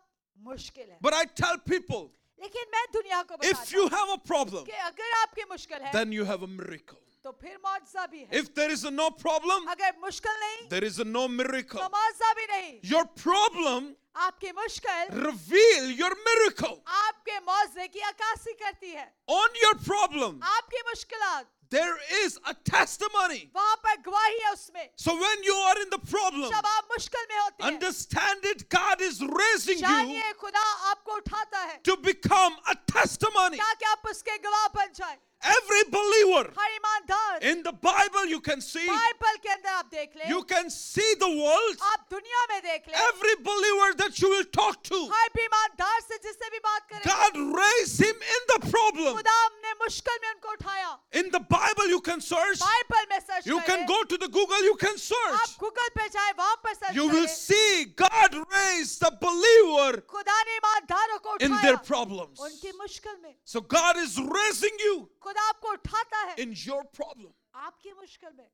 Speaker 3: मुश्किल है
Speaker 2: But I tell people
Speaker 3: लेकिन मैं दुनिया को
Speaker 2: if
Speaker 3: बताता
Speaker 2: you
Speaker 3: हूँ
Speaker 2: have a problem
Speaker 3: कि अगर आपकी मुश्किल है
Speaker 2: then you have a miracle.
Speaker 3: तो फिर मुआवजा भी है
Speaker 2: If there is a no problem
Speaker 3: अगर मुश्किल नहीं
Speaker 2: there is a no miracle.
Speaker 3: तो मुआवजा भी नहीं
Speaker 2: Your problem
Speaker 3: आपकी मुश्किल
Speaker 2: reveal your miracle.
Speaker 3: आपके मुआवजे की अक्कासी करती है
Speaker 2: On your problem
Speaker 3: आपकी मुश्किलात
Speaker 2: there is a testimony.
Speaker 3: वहां पर गवाही है उसमें
Speaker 2: So when you are in the problem
Speaker 3: जब आप मुश्किल में होते हैं
Speaker 2: understand it God is raising you
Speaker 3: जानिए खुदा आपको उठाता है
Speaker 2: to become a testimony.
Speaker 3: ताकि आप उसके गवाह बन जाए
Speaker 2: Every believer
Speaker 3: हर ईमानदार
Speaker 2: in the Bible, you can see,
Speaker 3: Bible के अंदर आप देख ले
Speaker 2: you can see the world.
Speaker 3: आप दुनिया में देख ले
Speaker 2: Every believer that you will talk to,
Speaker 3: हर भी ईमानदार से जिससे भी बात करें
Speaker 2: God raised him in the problem.
Speaker 3: खुदा ने मुश्किल में उनको उठाया
Speaker 2: In the Bible, you can search.
Speaker 3: Bible में search
Speaker 2: You can go to the Google, you can
Speaker 3: आप
Speaker 2: search.
Speaker 3: गूगल पे जाए वहां पर सर्च
Speaker 2: You will
Speaker 3: करें
Speaker 2: see God raised the believer
Speaker 3: खुदा ने ईमानदारों को
Speaker 2: in their
Speaker 3: उठाया
Speaker 2: problems.
Speaker 3: उनकी मुश्किल में
Speaker 2: So God is raising you
Speaker 3: खुदा आपको उठाता है
Speaker 2: in your problem.
Speaker 3: आपकी मुश्किल में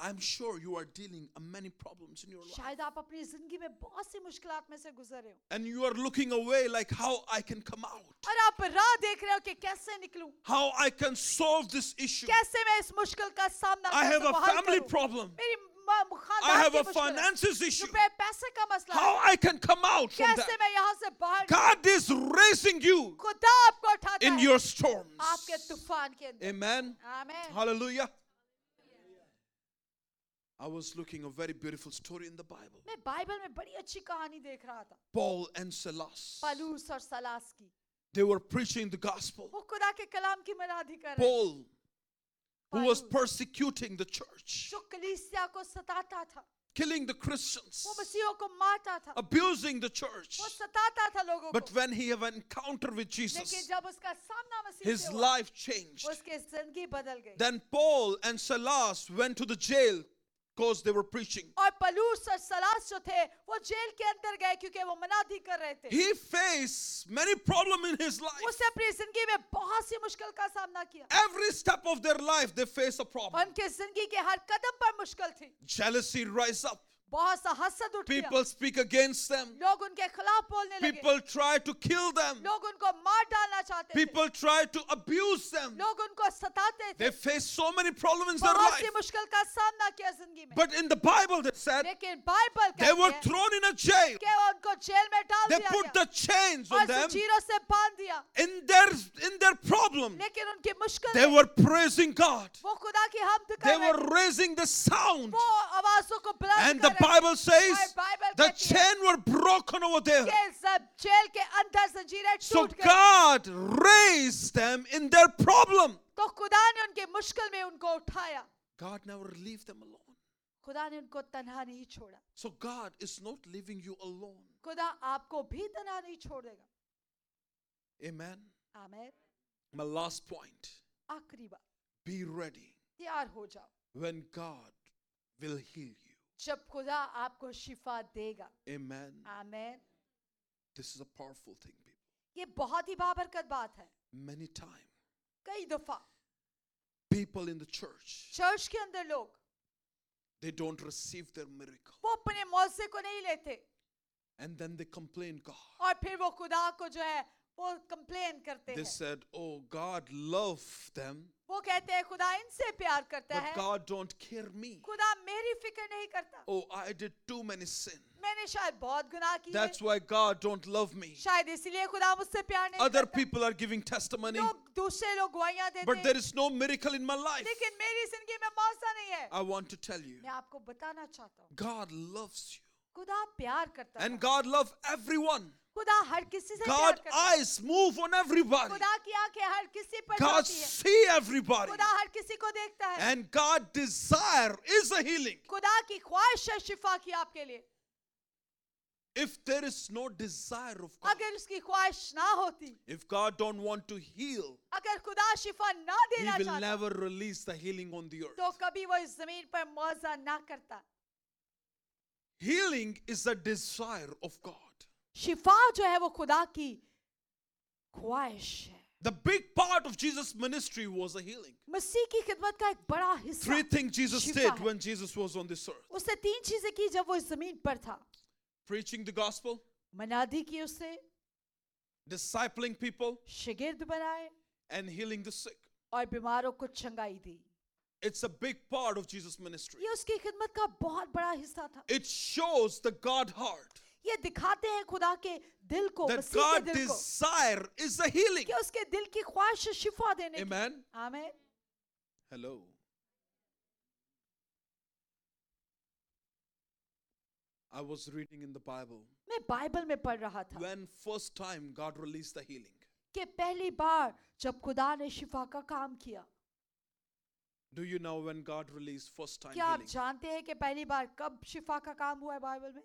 Speaker 2: I'm sure you are dealing uh, many problems in your life.
Speaker 3: शायद आप अपनी जिंदगी में बहुत सी मुश्किलात में से गुजर रहे हो
Speaker 2: And you are looking away like how I can come out.
Speaker 3: और आप राह देख रहे हो कि कैसे निकलूं
Speaker 2: How I can solve this issue.
Speaker 3: कैसे मैं इस मुश्किल का सामना
Speaker 2: I have
Speaker 3: कैसे
Speaker 2: a
Speaker 3: बाहर
Speaker 2: family
Speaker 3: करूं?
Speaker 2: problem.
Speaker 3: मेरी माँ- खानदान
Speaker 2: I have
Speaker 3: की
Speaker 2: a
Speaker 3: मुश्किल है।
Speaker 2: finances issue.
Speaker 3: रुपए पैसे का मसला है।
Speaker 2: How I can come out from
Speaker 3: कैसे
Speaker 2: that.
Speaker 3: मैं यहाँ से बाहर
Speaker 2: God is raising you
Speaker 3: खुदा आपको उठाता
Speaker 2: in
Speaker 3: है
Speaker 2: your storms.
Speaker 3: आपके तूफान के अंदर
Speaker 2: Amen.
Speaker 3: आमीन
Speaker 2: Hallelujah. I was looking a very beautiful story in the Bible.
Speaker 3: मैं बाइबल में बड़ी अच्छी कहानी देख रहा था
Speaker 2: Paul and Silas.
Speaker 3: पालूस और सलास की
Speaker 2: They were preaching the gospel.
Speaker 3: वो खुदा के कलाम की मनादी कर रहे हैं।
Speaker 2: Paul, who was
Speaker 3: Paulus,
Speaker 2: persecuting the church,
Speaker 3: जो कलीसिया को सताता था
Speaker 2: killing the Christians,
Speaker 3: वो मसीहों को मारता था
Speaker 2: abusing the church.
Speaker 3: वो सताता था लोगों
Speaker 2: But
Speaker 3: को
Speaker 2: when he have an encounter with
Speaker 3: लेकिन
Speaker 2: Jesus,
Speaker 3: जब उसका सामना मसीह
Speaker 2: his
Speaker 3: से हुआ,
Speaker 2: life changed.
Speaker 3: उसकी जिंदगी बदल गई
Speaker 2: Then Paul and Silas went to the jail because they were preaching.
Speaker 3: और पलूस और सलास जो थे वो जेल के अंदर गए क्योंकि वो मनादी कर रहे थे
Speaker 2: He faced many problems in his life.
Speaker 3: उसने अपनी जिंदगी में बहुत सी मुश्किल का सामना किया
Speaker 2: Every step of their life, they face a problem.
Speaker 3: उनके जिंदगी के हर कदम पर मुश्किल थी
Speaker 2: Jealousy rise up.
Speaker 3: बहुत सा हसद उठ गया
Speaker 2: People speak against them.
Speaker 3: लोग उनके खिलाफ बोलने लगे
Speaker 2: People try to kill them.
Speaker 3: लोग उनको मार डालना चाहते थे
Speaker 2: People try to abuse them.
Speaker 3: लोग उनको सताते थे
Speaker 2: They face so many problems in their
Speaker 3: बहुत
Speaker 2: life.
Speaker 3: सी मुश्किल का सामना किया जिंदगी में
Speaker 2: But in the Bible, they said
Speaker 3: लेकिन बाइबल
Speaker 2: they were
Speaker 3: कहती है
Speaker 2: thrown in a jail.
Speaker 3: कि उनको जेल में डाल
Speaker 2: They
Speaker 3: दिया
Speaker 2: put
Speaker 3: गया
Speaker 2: the chains on
Speaker 3: और
Speaker 2: them.
Speaker 3: जंजीरों से बांध दिया
Speaker 2: In their in their problem,
Speaker 3: लेकिन उनकी मुश्किल
Speaker 2: they
Speaker 3: में
Speaker 2: were praising God.
Speaker 3: वो खुदा की हमद
Speaker 2: They
Speaker 3: कर रहे
Speaker 2: were raising the sound.
Speaker 3: वो आवाजों को
Speaker 2: And
Speaker 3: बुलंद
Speaker 2: the
Speaker 3: कर रहे
Speaker 2: Bible says
Speaker 3: और बाइबल
Speaker 2: the
Speaker 3: कहती है
Speaker 2: chain were broken over there.
Speaker 3: कि सब जेल के अंदर जंजीरें
Speaker 2: So
Speaker 3: टूट गई
Speaker 2: God raised them in their problem.
Speaker 3: तो खुदा ने उनके मुश्किल में उनको उठाया
Speaker 2: God never leave them alone.
Speaker 3: खुदा ने उनको तन्हा नहीं छोड़ा
Speaker 2: So God is not leaving you alone.
Speaker 3: खुदा आपको भी तन्हा नहीं छोड़ेगा
Speaker 2: Amen.
Speaker 3: आमीन
Speaker 2: My last point.
Speaker 3: आखिरी बार
Speaker 2: Be ready
Speaker 3: तैयार हो जाओ
Speaker 2: when God will heal you.
Speaker 3: जब खुदा आपको शिफा देगा
Speaker 2: Amen.
Speaker 3: आमीन
Speaker 2: This is a powerful thing, people.
Speaker 3: ये बहुत ही बाबरकत बात है
Speaker 2: Many times,
Speaker 3: कई दफा
Speaker 2: people in the church
Speaker 3: church के अंदर लोग
Speaker 2: they don't receive their miracle,
Speaker 3: वो अपने मुआवजे को नहीं लेते
Speaker 2: and then they complain God.
Speaker 3: और फिर वो खुदा को जो है वो कंप्लेन करते
Speaker 2: They
Speaker 3: हैं
Speaker 2: said, "Oh, God love them,
Speaker 3: वो कहते हैं खुदा इनसे प्यार करता
Speaker 2: but
Speaker 3: है
Speaker 2: God don't care me.
Speaker 3: खुदा मेरी फिक्र नहीं करता
Speaker 2: Oh, I did too many sin.
Speaker 3: मैंने शायद बहुत गुनाह किए
Speaker 2: That's why God don't love me."
Speaker 3: शायद इसीलिए खुदा मुझसे प्यार नहीं
Speaker 2: Other
Speaker 3: करता
Speaker 2: people are giving testimony,
Speaker 3: लोग दूसरे लोग गवाहियां
Speaker 2: but
Speaker 3: देते
Speaker 2: there
Speaker 3: हैं
Speaker 2: is no miracle in my life.
Speaker 3: लेकिन मेरी जिंदगी में मौसा नहीं है
Speaker 2: I want to tell you,
Speaker 3: मैं आपको बताना चाहता हूँ
Speaker 2: God loves you,
Speaker 3: खुदा प्यार करता है
Speaker 2: and God love everyone.
Speaker 3: खुदा हर किसी से प्यार
Speaker 2: God
Speaker 3: करता है
Speaker 2: eyes move on everybody.
Speaker 3: खुदा की आंखें हर किसी पर
Speaker 2: God
Speaker 3: जाती है
Speaker 2: see everybody.
Speaker 3: खुदा हर किसी को देखता है
Speaker 2: And God desire is a healing.
Speaker 3: खुदा की ख्वाहिश है शिफा की आपके लिए
Speaker 2: If there is no desire of God,
Speaker 3: अगर उसकी ख्वाहिश ना होती
Speaker 2: if God don't want to heal,
Speaker 3: अगर खुदा शिफा ना
Speaker 2: He
Speaker 3: देना
Speaker 2: will
Speaker 3: चाहता
Speaker 2: never release the healing on the
Speaker 3: तो
Speaker 2: earth.
Speaker 3: कभी वो इस जमीन पर मुआवजा ना करता
Speaker 2: Healing is a desire of God.
Speaker 3: शिफा जो है वो खुदा की ख्वाहिश है
Speaker 2: The big part of Jesus' ministry was a healing.
Speaker 3: मसीह की खिदमत का एक बड़ा हिस्सा
Speaker 2: Three things Jesus
Speaker 3: Shifa
Speaker 2: did
Speaker 3: है।
Speaker 2: when Jesus was on this earth
Speaker 3: उसने तीन चीजें की जब वो इस जमीन पर था
Speaker 2: preaching the gospel,
Speaker 3: मनादी की उसने
Speaker 2: discipling people,
Speaker 3: शिगिर्द बनाए
Speaker 2: and healing the sick.
Speaker 3: और बीमारों को चंगाई दी
Speaker 2: It's a big part of Jesus' ministry.
Speaker 3: ये उसकी खिदमत का बहुत बड़ा हिस्सा था
Speaker 2: It shows the God heart.
Speaker 3: ये दिखाते हैं खुदा के दिल को
Speaker 2: that
Speaker 3: मसीह
Speaker 2: God
Speaker 3: के दिल को
Speaker 2: desire is the healing.
Speaker 3: कि उसके दिल की ख्वाहिश है शिफा देने की
Speaker 2: Amen.
Speaker 3: आमीन
Speaker 2: Hello. I was reading in the Bible
Speaker 3: मैं बाइबल में पढ़ रहा था
Speaker 2: when first time God released the healing.
Speaker 3: कि पहली बार जब खुदा ने शिफा का काम किया
Speaker 2: हाँ Do you know when God released first time
Speaker 3: क्या आप
Speaker 2: healing?
Speaker 3: जानते हैं कि पहली बार कब शिफा का काम हुआ है बाइबल में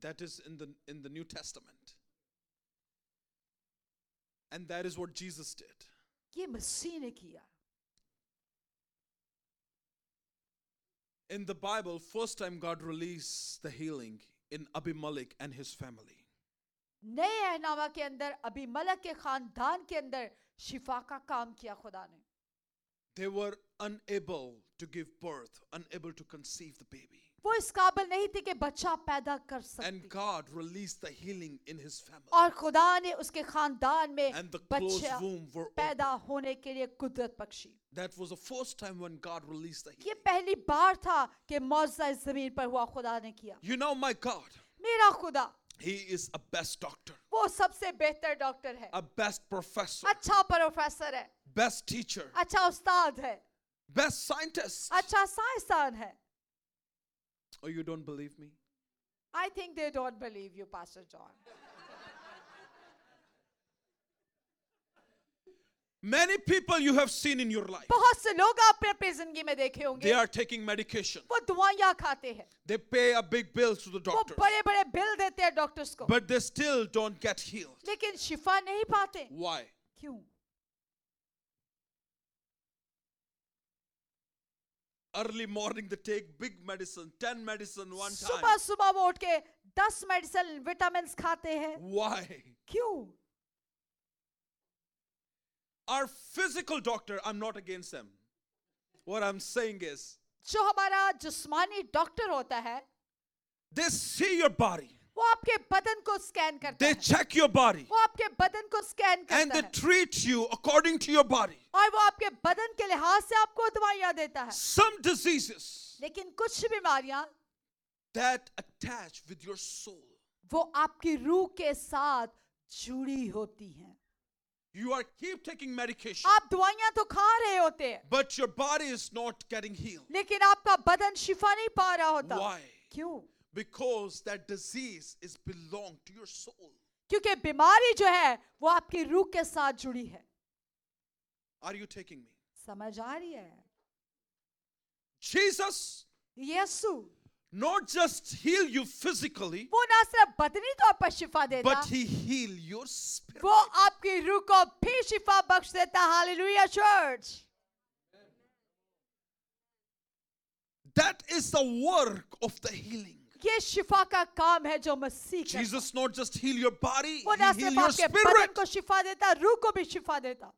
Speaker 2: That is in the in the New Testament. And that is what Jesus did.
Speaker 3: ये मसीह ने किया
Speaker 2: In the Bible, first time God released the healing in Abimelech and his family.
Speaker 3: नए अहनामा के अंदर अभिमलक के खानदान के अंदर शिफा का काम किया खुदा ने
Speaker 2: They were unable to give birth, unable to conceive the baby.
Speaker 3: वो इस काबिल नहीं थे कि बच्चा पैदा कर
Speaker 2: And
Speaker 3: सकती
Speaker 2: God released the healing in his family.
Speaker 3: और खुदा ने उसके खानदान में
Speaker 2: And the closed
Speaker 3: बच्चा
Speaker 2: womb were opened.
Speaker 3: पैदा होने के लिए कुदरत Bakshi
Speaker 2: That was the first time when God released the
Speaker 3: ये
Speaker 2: healing.
Speaker 3: पहली बार था कि मुआवजा इस जमीन पर हुआ खुदा ने किया
Speaker 2: You know, my God,
Speaker 3: मेरा खुदा
Speaker 2: He is a best doctor,
Speaker 3: वो सबसे बेहतर डॉक्टर है
Speaker 2: a best professor,
Speaker 3: अच्छा प्रोफेसर है
Speaker 2: best teacher,
Speaker 3: अच्छा उस्ताद है
Speaker 2: best scientist.
Speaker 3: अच्छा साइंसदान है
Speaker 2: Oh, you don't believe me?
Speaker 3: I think they don't believe you pastor John
Speaker 2: Many people you have seen in your life,
Speaker 3: बहुत से लोग आपने अपनी जिंदगी में देखे
Speaker 2: they
Speaker 3: होंगे
Speaker 2: are taking medication.
Speaker 3: वो दवाइयाँ खाते हैं
Speaker 2: They pay a big bill to the
Speaker 3: वो
Speaker 2: doctor,
Speaker 3: बड़े बड़े बिल देते हैं डॉक्टर्स को
Speaker 2: but they still don't get healed.
Speaker 3: लेकिन शिफा नहीं पाते
Speaker 2: Why?
Speaker 3: क्यों
Speaker 2: Early morning they take big medicine, 10 medicine one
Speaker 3: सुबह
Speaker 2: time.
Speaker 3: सुबह वो उठ के दस मेडिसिन विटामिन खाते हैं
Speaker 2: Why?
Speaker 3: क्यों
Speaker 2: Our physical doctor, I'm not against them. What I'm saying is,
Speaker 3: जो हमारा जिस्मानी डॉक्टर होता है
Speaker 2: they see your body,
Speaker 3: वो आपके बदन को स्कैन करता
Speaker 2: they
Speaker 3: है
Speaker 2: check your body,
Speaker 3: वो आपके बदन को स्कैन
Speaker 2: and
Speaker 3: करता
Speaker 2: they
Speaker 3: है
Speaker 2: treat you according to your body.
Speaker 3: और वो आपके बदन के लिहाज से आपको दवाइयाँ देता है
Speaker 2: Some diseases
Speaker 3: लेकिन कुछ बीमारियां
Speaker 2: that attach with your soul.
Speaker 3: वो आपकी रूह के साथ जुड़ी होती हैं
Speaker 2: You are keep taking medication,
Speaker 3: आप दवाइयां तो खा रहे होते हैं
Speaker 2: but your body is not getting healed.
Speaker 3: लेकिन आपका बदन शिफा नहीं पा रहा होता
Speaker 2: Why?
Speaker 3: क्यों
Speaker 2: Because that disease is belong to your soul.
Speaker 3: क्योंकि बीमारी जो है वो आपकी रूह के साथ जुड़ी है
Speaker 2: Are you taking me?
Speaker 3: समझ आ रही है
Speaker 2: Jesus
Speaker 3: Yeshu
Speaker 2: not just heal you physically,
Speaker 3: वो ना सिर्फ बदनी तौर पर शिफा देता
Speaker 2: but he heal your spirit.
Speaker 3: वो आपकी रूह को भी शिफा बख्श देता hallelujah church
Speaker 2: That is the work of the healing.
Speaker 3: ये शिफा का काम है जो मसीह करता है।
Speaker 2: Jesus not just heal your body,
Speaker 3: वो ना
Speaker 2: he heal
Speaker 3: सिर्फ
Speaker 2: your
Speaker 3: आपके बदन
Speaker 2: spirit.
Speaker 3: को शिफा देता रूह को भी शिफा देता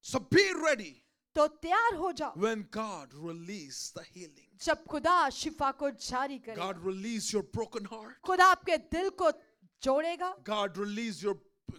Speaker 2: So be ready
Speaker 3: तो तैयार हो जाओ
Speaker 2: when God release the healing.
Speaker 3: जब खुदा शिफा को जारी करेगा
Speaker 2: God release your broken heart.
Speaker 3: खुदा आपके दिल को जोड़ेगा
Speaker 2: God release your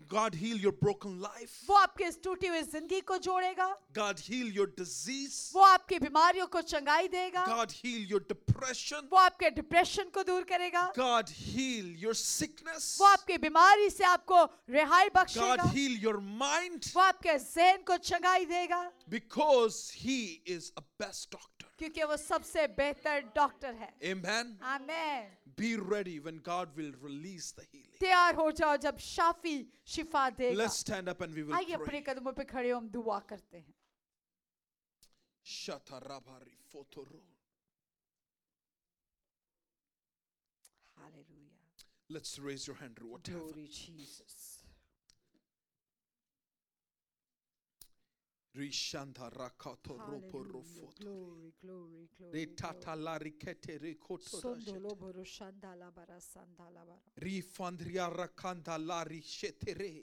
Speaker 2: God heal your broken life.
Speaker 3: वो आपके इस टूटी हुई जिंदगी को जोड़ेगा
Speaker 2: God heal your disease.
Speaker 3: वो आपकी बीमारियों को चंगाई देगा
Speaker 2: God heal your depression.
Speaker 3: वो आपके डिप्रेशन को दूर करेगा
Speaker 2: God heal your sickness.
Speaker 3: वो आपकी बीमारी से आपको रिहाई
Speaker 2: God
Speaker 3: बख्शेगा
Speaker 2: heal your mind
Speaker 3: वो आपके जहन को चंगाई देगा
Speaker 2: because he is a best doctor.
Speaker 3: क्योंकि वो सबसे बेहतर डॉक्टर है
Speaker 2: Amen.
Speaker 3: Amen
Speaker 2: Be ready when God will release the healing.
Speaker 3: तैयार हो जाओ जब शाफी शिफा देगा
Speaker 2: Let's stand up and we will
Speaker 3: आइए अपने
Speaker 2: pray.
Speaker 3: कदमों पे खड़े हो, हम दुआ करते हैं
Speaker 2: Shatarabari fotoro.
Speaker 3: Hallelujah
Speaker 2: Let's raise your hand or whatever.
Speaker 3: glory jesus
Speaker 2: Rishanta rakatoro poro
Speaker 3: Hallelujah.
Speaker 2: foto.
Speaker 3: Glory, glory, glory, glory.
Speaker 2: Retatalari ketere
Speaker 3: Sondolo
Speaker 2: kotorashete.
Speaker 3: boro shandala bara sandala bara.
Speaker 2: Rifandria rakantalari shetere.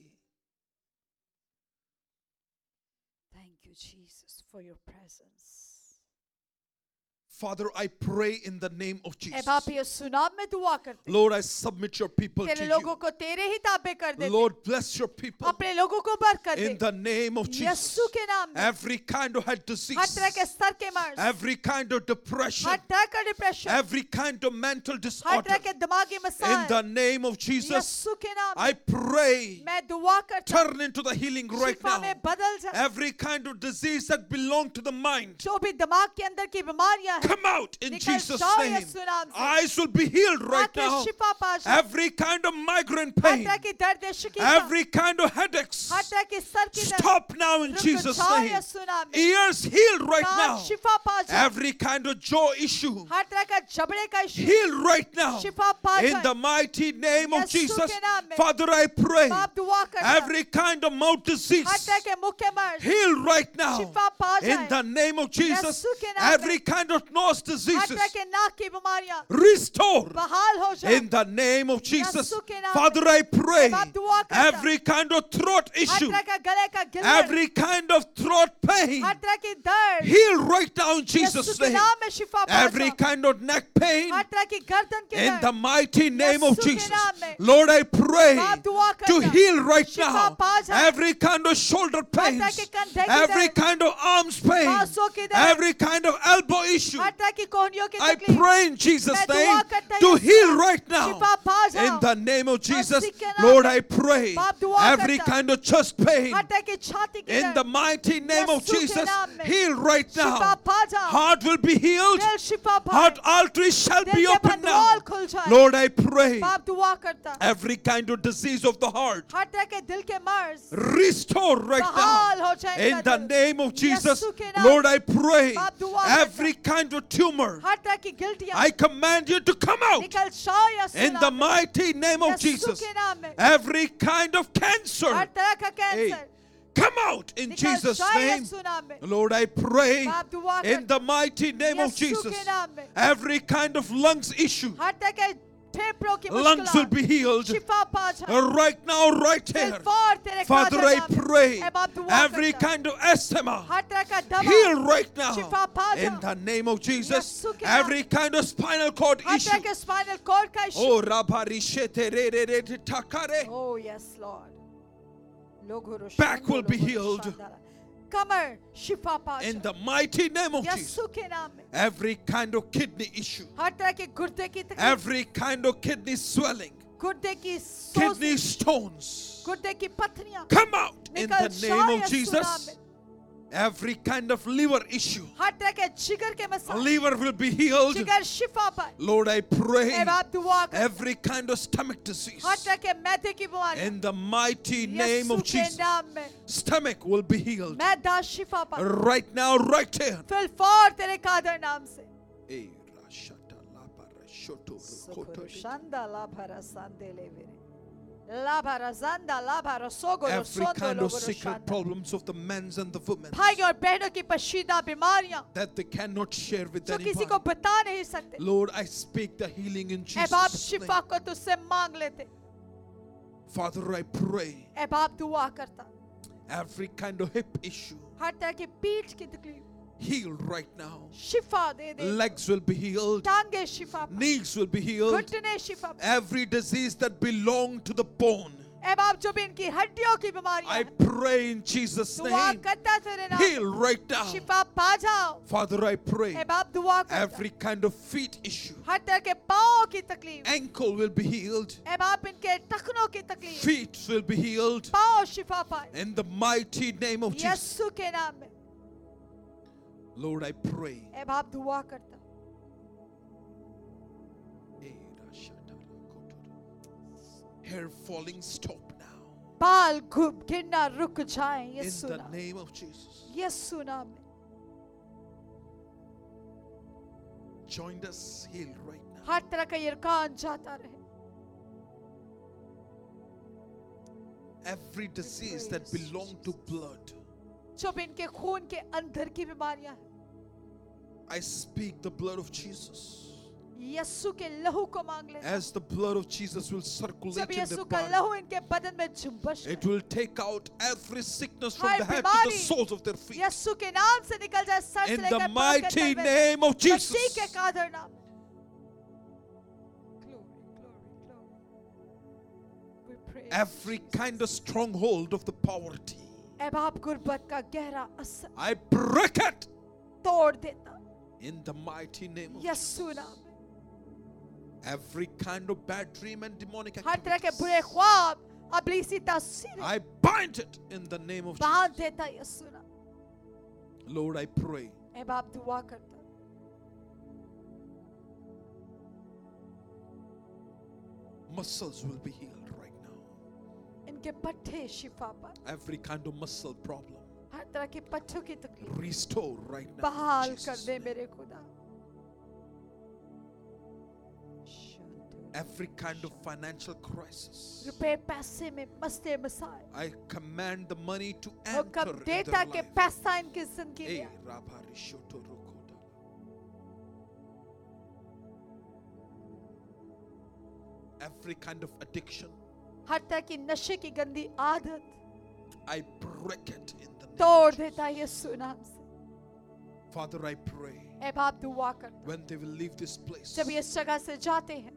Speaker 3: Thank you, Jesus, for your presence.
Speaker 2: Father, I pray in the name of
Speaker 3: A
Speaker 2: Jesus.
Speaker 3: बाप ये सुनाब में दुआ करते हैं।
Speaker 2: Lord, I submit your people
Speaker 3: तेरे
Speaker 2: to you.
Speaker 3: लोगों को तेरे ही ताबे कर दे
Speaker 2: Lord, bless your people.
Speaker 3: अपने लोगों को बरकत
Speaker 2: In
Speaker 3: they
Speaker 2: the name of Jesus.
Speaker 3: यीशु के नाम में
Speaker 2: Every kind of head
Speaker 3: हर तरह के
Speaker 2: disease,
Speaker 3: स्तर के मर्ज
Speaker 2: every kind of
Speaker 3: हर
Speaker 2: depression,
Speaker 3: तरह का depression
Speaker 2: every kind of mental
Speaker 3: हर
Speaker 2: disorder.
Speaker 3: तरह के दिमागी
Speaker 2: In the
Speaker 3: मसाइल
Speaker 2: name of Jesus,
Speaker 3: यीशु के नाम
Speaker 2: I
Speaker 3: में
Speaker 2: pray,
Speaker 3: मैं दुआ करता हूँ
Speaker 2: turn into the healing right now.
Speaker 3: शिफा में बदल जा
Speaker 2: Every kind of disease that belong to the mind,
Speaker 3: जो भी दिमाग के अंदर की बीमारियां हैं
Speaker 2: come out in
Speaker 3: निकल
Speaker 2: Jesus'
Speaker 3: जाओ
Speaker 2: name.
Speaker 3: यीशु नाम से।
Speaker 2: Eyes will be healed right
Speaker 3: ताकि
Speaker 2: now.
Speaker 3: शिफा पा जाए
Speaker 2: Every kind of migraine
Speaker 3: her
Speaker 2: pain,
Speaker 3: तरह की दर्द है, शिकवा,
Speaker 2: every kind of headaches,
Speaker 3: हर तरह की सर की दर्द
Speaker 2: stop now in
Speaker 3: रुक
Speaker 2: Jesus'
Speaker 3: जाओ
Speaker 2: name.
Speaker 3: यीशु नाम में।
Speaker 2: Ears healed right
Speaker 3: कान
Speaker 2: now.
Speaker 3: शिफा पा जाए
Speaker 2: Every kind of jaw issue,
Speaker 3: हर तरह का जबड़े का इश्यू
Speaker 2: healed right now.
Speaker 3: शिफा पा
Speaker 2: In
Speaker 3: जाए।
Speaker 2: the mighty name of
Speaker 3: यीशु के
Speaker 2: Jesus,
Speaker 3: नाम में।
Speaker 2: Father, I pray.
Speaker 3: बाप दुआ करना
Speaker 2: Every kind of mouth
Speaker 3: her
Speaker 2: disease,
Speaker 3: तरह के मुख्य मर्ज
Speaker 2: healed right now.
Speaker 3: शिफा पा
Speaker 2: In
Speaker 3: जाए।
Speaker 2: the name of Jesus,
Speaker 3: यीशु के नाम में।
Speaker 2: every kind of nose diseases
Speaker 3: हत्या के नाक की बीमारियां
Speaker 2: restored
Speaker 3: बहाल हो जाए
Speaker 2: in the name of Jesus.
Speaker 3: Yesu के नाम
Speaker 2: Father, I pray
Speaker 3: बाप दुआ करता।
Speaker 2: every kind of throat issue,
Speaker 3: हत्या का गले का गिरने
Speaker 2: every kind of throat pain,
Speaker 3: हर तरह की दर्द
Speaker 2: heal right now in
Speaker 3: Yesu
Speaker 2: Jesus'
Speaker 3: के
Speaker 2: name.
Speaker 3: नाम में शिफा
Speaker 2: Every
Speaker 3: पहुंचा।
Speaker 2: kind of neck pain,
Speaker 3: हर तरह की गर्दन की
Speaker 2: in the
Speaker 3: दर्द
Speaker 2: mighty name of
Speaker 3: यसु के
Speaker 2: Jesus.
Speaker 3: नाम में।
Speaker 2: Lord, I pray
Speaker 3: बाप दुआ
Speaker 2: to
Speaker 3: करता।
Speaker 2: heal right
Speaker 3: शिफा
Speaker 2: now
Speaker 3: पा जाए।
Speaker 2: every kind of shoulder pain,
Speaker 3: तरह के कंधे की
Speaker 2: every
Speaker 3: दर्द।
Speaker 2: kind of arms pain,
Speaker 3: बांसों की दर्द।
Speaker 2: every kind of elbow issue.
Speaker 3: हर तरह की कोहनियों की
Speaker 2: I
Speaker 3: तकलीफ
Speaker 2: pray in Jesus'
Speaker 3: मैं दुआ
Speaker 2: name
Speaker 3: करता
Speaker 2: to
Speaker 3: हूँ,
Speaker 2: heal
Speaker 3: यीशु।
Speaker 2: right now.
Speaker 3: शिफा पा जाओ।
Speaker 2: In the name of Jesus,
Speaker 3: मसीह के नाम
Speaker 2: Lord,
Speaker 3: में।
Speaker 2: I pray
Speaker 3: बाप दुआ
Speaker 2: every
Speaker 3: करता।
Speaker 2: kind of chest pain
Speaker 3: हर तरह की छाती की
Speaker 2: in the
Speaker 3: दर्द
Speaker 2: mighty name of
Speaker 3: यीशु के
Speaker 2: Jesus
Speaker 3: नाम में।
Speaker 2: heal right
Speaker 3: शिफा
Speaker 2: now.
Speaker 3: पा जाओ।
Speaker 2: Heart will be healed.
Speaker 3: दिल शिफा पाए
Speaker 2: Heart artery shall
Speaker 3: दिल
Speaker 2: be
Speaker 3: के
Speaker 2: open now.
Speaker 3: बंधुआल खुल जाए।
Speaker 2: Lord, I pray
Speaker 3: बाप दुआ करता
Speaker 2: every kind of disease of the heart
Speaker 3: हर तरह के दिल के मर्ज
Speaker 2: restore right
Speaker 3: बहाल हो
Speaker 2: now.
Speaker 3: जाए
Speaker 2: In
Speaker 3: इनका
Speaker 2: the
Speaker 3: दिल।
Speaker 2: name of Jesus,
Speaker 3: यीशु के नाम
Speaker 2: Lord,
Speaker 3: में।
Speaker 2: I pray
Speaker 3: बाप दुआ करता।
Speaker 2: every kind of tumor.
Speaker 3: हर तरह की गिल्टियां
Speaker 2: I command you to come out.
Speaker 3: निकल जाओ यसु
Speaker 2: In the
Speaker 3: नाम में।
Speaker 2: mighty name of
Speaker 3: Yesu
Speaker 2: Jesus,
Speaker 3: के नाम में।
Speaker 2: every kind of
Speaker 3: her
Speaker 2: cancer,
Speaker 3: तरह का
Speaker 2: hey,
Speaker 3: cancer
Speaker 2: come out in
Speaker 3: निकल
Speaker 2: Jesus'
Speaker 3: जाए
Speaker 2: name.
Speaker 3: यसु नाम में।
Speaker 2: Lord, I pray
Speaker 3: बाप दुआ
Speaker 2: in
Speaker 3: करता।
Speaker 2: the mighty name of
Speaker 3: Yesu के
Speaker 2: Jesus,
Speaker 3: नाम में।
Speaker 2: every kind of lungs issue,
Speaker 3: हर तरह के फेफड़ों की
Speaker 2: lungs will be
Speaker 3: मुश्किलात
Speaker 2: healed
Speaker 3: शिफा पा जाए
Speaker 2: uh, right now, right here.
Speaker 3: गलफार तेरे
Speaker 2: Father,
Speaker 3: खाजा
Speaker 2: I
Speaker 3: नाम में।
Speaker 2: pray
Speaker 3: ऐ बाप दुआ
Speaker 2: every
Speaker 3: करता।
Speaker 2: kind of asthma
Speaker 3: हर तरह का दमा
Speaker 2: heal right now
Speaker 3: शिफा पा
Speaker 2: in
Speaker 3: जाओ
Speaker 2: the name of Jesus,
Speaker 3: Yesu के नाम
Speaker 2: every
Speaker 3: में।
Speaker 2: kind of spinal cord
Speaker 3: हर
Speaker 2: issue.
Speaker 3: तरह के स्पाइनल कॉर्ड का issue
Speaker 2: Oh, rabarishete re re re te takare.
Speaker 3: Oh, yes, Lord. लोगो रोशन,
Speaker 2: Back will be
Speaker 3: लोगो
Speaker 2: healed.
Speaker 3: रोशन। कमर शिफा पा
Speaker 2: In
Speaker 3: जाए।
Speaker 2: the mighty name of Jesus,
Speaker 3: यीशु के नाम में
Speaker 2: every kind of kidney issue,
Speaker 3: हर तरह के गुर्दे की तकलीफ
Speaker 2: every kind of kidney swelling,
Speaker 3: गुर्दे की सोज
Speaker 2: kidney stones,
Speaker 3: गुर्दे की पत्थरियां
Speaker 2: come out in
Speaker 3: निकल
Speaker 2: the
Speaker 3: जाए
Speaker 2: name of
Speaker 3: यीशु नाम
Speaker 2: Jesus.
Speaker 3: में।
Speaker 2: Every kind of liver issue,
Speaker 3: हर तरह के जिगर के मसाले
Speaker 2: liver will be healed.
Speaker 3: जिगर शिफा पाए
Speaker 2: Lord, I pray
Speaker 3: ऐ बाप दुआ कर
Speaker 2: every kind of stomach disease
Speaker 3: हर तरह के मैदे की बीमारी
Speaker 2: in the mighty name
Speaker 3: Yeshu
Speaker 2: of
Speaker 3: के
Speaker 2: Jesus.
Speaker 3: नाम में
Speaker 2: Stomach will be healed
Speaker 3: मैदा शिफा पाए
Speaker 2: right now, right here.
Speaker 3: फिलफौर तेरे कादर नाम से
Speaker 2: Eh, rashata labarashoto rokoto.
Speaker 3: Sokorushanda labarasande levere. Labarazanda labarasogo
Speaker 2: every
Speaker 3: rosondo
Speaker 2: kind of
Speaker 3: logoroshanda.
Speaker 2: secret problems of the men's and the women's
Speaker 3: भाई और बहनों की पशीदा बीमारियां
Speaker 2: that they cannot share with
Speaker 3: जो किसी
Speaker 2: anyone.
Speaker 3: को बता नहीं सकते
Speaker 2: Lord, I speak the healing in
Speaker 3: ऐ बाप
Speaker 2: Jesus' name.
Speaker 3: शिफा को तुझसे मांग लेते
Speaker 2: Father, I pray
Speaker 3: ऐ बाप दुआ करता
Speaker 2: every kind of hip issue
Speaker 3: हर तरह की पीठ की तकलीफ
Speaker 2: heal right now.
Speaker 3: Shifa they they
Speaker 2: Legs will be healed,
Speaker 3: टांगे शिफा पा।
Speaker 2: knees will be healed.
Speaker 3: घुटने शिफा पा।
Speaker 2: Every disease that belong to the bone,
Speaker 3: ऐ बाप जो भी इनकी हड्डियों की बीमारियां
Speaker 2: I
Speaker 3: हैं,
Speaker 2: pray in Jesus'
Speaker 3: दुआ
Speaker 2: name.
Speaker 3: करता तेरे नाम
Speaker 2: Heal right now.
Speaker 3: शिफा पा जाओ
Speaker 2: Father, I
Speaker 3: ऐ
Speaker 2: pray
Speaker 3: बाप दुआ करता
Speaker 2: every kind of feet issue,
Speaker 3: हर तरह के पाओ की तकलीफ
Speaker 2: ankle will be healed,
Speaker 3: ऐ बाप इनके टखनों की तकलीफ
Speaker 2: feet will be healed.
Speaker 3: पाओ शिफा पाए
Speaker 2: In the mighty name of oh, Jesus,
Speaker 3: यीशु के नाम में
Speaker 2: Lord, I pray.
Speaker 3: ऐ बाप दुआ करता
Speaker 2: Hair falling, stop now.
Speaker 3: बाल घुप गिरना रुक जाए
Speaker 2: In
Speaker 3: यीशु
Speaker 2: the
Speaker 3: नाम में।
Speaker 2: name of Jesus.
Speaker 3: यीशु नाम में
Speaker 2: Join us, heal right now.
Speaker 3: हर तरह का यरकान जाता रहे
Speaker 2: Every disease that belong to blood,
Speaker 3: जो भी इनके खून के अंदर की बीमारियां हैं
Speaker 2: I speak the blood of Jesus.
Speaker 3: यीशु के लहू को मांग लेता
Speaker 2: As the blood of Jesus will
Speaker 3: हूं।
Speaker 2: circulate
Speaker 3: जब
Speaker 2: in the
Speaker 3: यीशु का
Speaker 2: body,
Speaker 3: लहू इनके बदन में जुम्बश
Speaker 2: it
Speaker 3: करे।
Speaker 2: will take out every sickness from
Speaker 3: her
Speaker 2: the head to the
Speaker 3: बीमारी
Speaker 2: soles of their feet.
Speaker 3: यीशु के नाम से निकल जाए सर से
Speaker 2: In the
Speaker 3: लेकर पांव के
Speaker 2: mighty
Speaker 3: तलवे तक।
Speaker 2: name of
Speaker 3: मसीह के
Speaker 2: Jesus.
Speaker 3: कादर नाम में।
Speaker 4: Glory, glory, glory. We praise
Speaker 2: Every
Speaker 4: Jesus.
Speaker 2: kind of stronghold of the poverty,
Speaker 3: ऐ बाप गुर्बत का गहरा असर
Speaker 2: I break it
Speaker 3: तोड़ देता
Speaker 2: in the mighty name of
Speaker 3: Yeshu
Speaker 2: Jesus.
Speaker 3: नाम में।
Speaker 2: Every kind of bad dream and demonic
Speaker 3: हर तरह के बुरे
Speaker 2: activities,
Speaker 3: ख्वाब अबलीसी तासीर
Speaker 2: I bind it in the name of
Speaker 3: बांध
Speaker 2: Jesus.
Speaker 3: देता यीशु नाम में।
Speaker 2: Lord, I pray
Speaker 3: ऐ बाप दुआ करता
Speaker 2: muscles will be healed right now.
Speaker 3: इनके पट्टे शिफा पाए
Speaker 2: Every kind of muscle problem,
Speaker 3: हर तरह के पट्टों की तकलीफ
Speaker 2: restore right now. in
Speaker 3: बहाल कर
Speaker 2: Jesus'
Speaker 3: दे
Speaker 2: name.
Speaker 3: मेरे खुदा
Speaker 2: Every kind of financial crisis,
Speaker 3: रुपए पैसे में मसले मसाए
Speaker 2: I command the money to
Speaker 3: Oh,
Speaker 2: enter
Speaker 3: हुक्म
Speaker 2: in
Speaker 3: देता
Speaker 2: their
Speaker 3: के
Speaker 2: life.
Speaker 3: पैसा इनकी जिंदगी
Speaker 2: Eh,
Speaker 3: में
Speaker 2: Rabba Rishoto Rokoda. every kind of addiction.
Speaker 3: हर तरह की नशे की गंदी आदत
Speaker 2: I break it in the name.
Speaker 3: तोड़ देता है यीशु नाम से
Speaker 2: Father, I pray
Speaker 3: ए बाप दुआ करता
Speaker 2: when they will leave this place,
Speaker 3: जब ये इस जगह से जाते हैं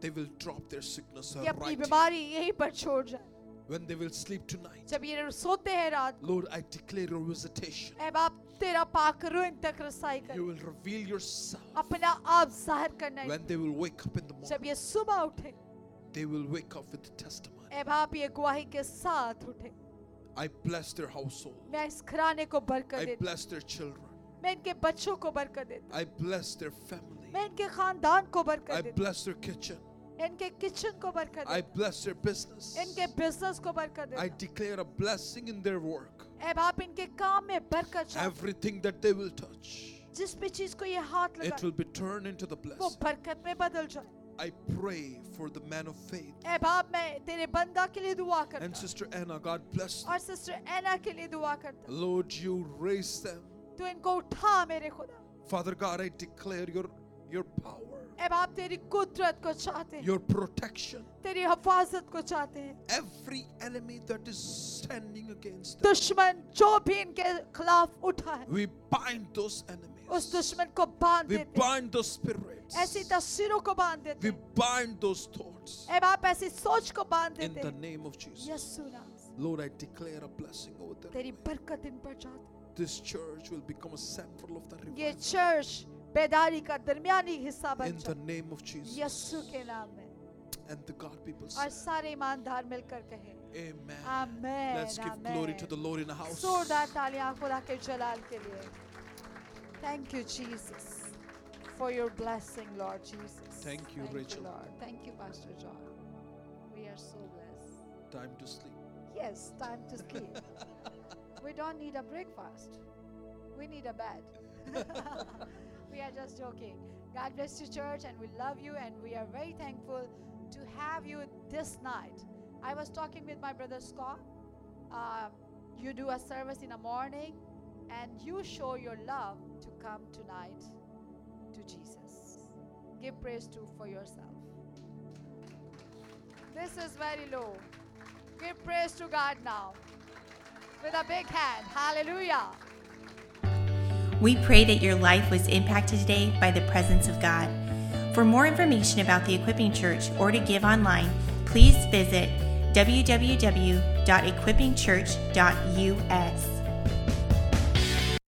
Speaker 2: they will drop their sickness
Speaker 3: ये अपनी
Speaker 2: right here.
Speaker 3: बीमारी यहीं पर छोड़ जाए
Speaker 2: When they will sleep tonight,
Speaker 3: जब ये सोते हैं रात
Speaker 2: Lord, I declare your visitation.
Speaker 3: ए बाप तेरा पाकरू इन तक रसाई
Speaker 2: You
Speaker 3: कर
Speaker 2: will reveal yourself.
Speaker 3: अपना आप जाहिर करना है
Speaker 2: When they will wake up in the morning,
Speaker 3: जब ये सुबह उठे
Speaker 2: they will wake up with testimony.
Speaker 3: ए बाप ये गुआही के साथ उठे
Speaker 2: I bless their household.
Speaker 3: मैं इस घराने को बरकत
Speaker 2: I
Speaker 3: देता
Speaker 2: bless their children.
Speaker 3: हूं। मैं इनके बच्चों को बरकत देता
Speaker 2: I bless their
Speaker 3: हूं। मैं
Speaker 2: family.
Speaker 3: इनके खानदान को
Speaker 2: I
Speaker 3: बरकत देता
Speaker 2: bless their kitchen.
Speaker 3: हूं। इनके किचन को बरकत
Speaker 2: I
Speaker 3: देता
Speaker 2: bless their business.
Speaker 3: हूं। इनके बिजनेस को बरकत
Speaker 2: I
Speaker 3: देता
Speaker 2: declare a blessing in their work.
Speaker 3: हूं। ए बाप इनके काम में बरकत चाहता
Speaker 2: Everything that they will touch,
Speaker 3: हूं। जिस भी चीज को ये हाथ
Speaker 2: it
Speaker 3: लगा
Speaker 2: will be turned into the
Speaker 3: वो
Speaker 2: blessing.
Speaker 3: बरकत में बदल जाए
Speaker 2: I pray for the man of faith
Speaker 3: ए बाप मैं तेरे बंदा के लिए दुआ
Speaker 2: and
Speaker 3: करता हूं।
Speaker 2: Sister Anna. God bless them.
Speaker 3: और सिस्टर एना के लिए दुआ करता हूं।
Speaker 2: Lord, you raise them.
Speaker 3: तू इनको उठा मेरे खुदा
Speaker 2: Father God, I declare your, your power,
Speaker 3: ए बाप तेरी कुदरत को चाहते हैं
Speaker 2: your protection.
Speaker 3: तेरी हफाजत को चाहते हैं
Speaker 2: Every enemy that is standing against them,
Speaker 3: दुश्मन जो भी इनके खिलाफ उठा है
Speaker 2: we bind those
Speaker 3: उस
Speaker 2: enemies.
Speaker 3: दुश्मन को बांध
Speaker 2: We
Speaker 3: देते हैं।
Speaker 2: bind those spirits.
Speaker 3: ऐसी तस्वीरों को बांध देते
Speaker 2: We
Speaker 3: हैं।
Speaker 2: bind those thoughts
Speaker 3: ए बाप ऐसी सोच को बांध
Speaker 2: in
Speaker 3: देते
Speaker 2: the
Speaker 3: हैं
Speaker 2: name of Jesus.
Speaker 3: यीशु नाम से।
Speaker 2: Lord, I declare a blessing over them.
Speaker 3: तेरी बरकत इन पर जाती
Speaker 2: This church will become a sample of the
Speaker 3: है। ये
Speaker 2: revival.
Speaker 3: चर्च बेदारी का दरमियानी हिस्सा
Speaker 2: In
Speaker 3: बन
Speaker 2: the
Speaker 3: जाए
Speaker 2: name of Jesus.
Speaker 3: यीशु के नाम में
Speaker 2: And the God people
Speaker 3: और
Speaker 2: said,
Speaker 3: सारे ईमानदार मिलकर कहे
Speaker 2: Amen.
Speaker 3: Amen,
Speaker 2: Let's give glory to
Speaker 3: amen.
Speaker 2: the Lord in the house.
Speaker 3: जोरदार तालियां खुदा के जलाल के लिए thank you Jesus for your blessing Lord Jesus
Speaker 2: Thank you, Rachel.
Speaker 3: Lord thank you pastor John
Speaker 4: We are so blessed.
Speaker 2: Time to sleep.
Speaker 3: Yes
Speaker 4: Time to sleep. we don't need a breakfast. We need a bed.
Speaker 3: We are just joking. God bless you, church, and we love you, and we are very thankful to have you this night. I was talking with my brother Scott. Uh, you do a service in the morning, and you show your love to come tonight to Jesus. Give praise to for yourself. This is very low. Give praise to God now with a big hand. Hallelujah.
Speaker 1: We pray that your life was impacted today by the presence of God. For more information about the Equipping Church or to give online, please visit www.equippingchurch.us.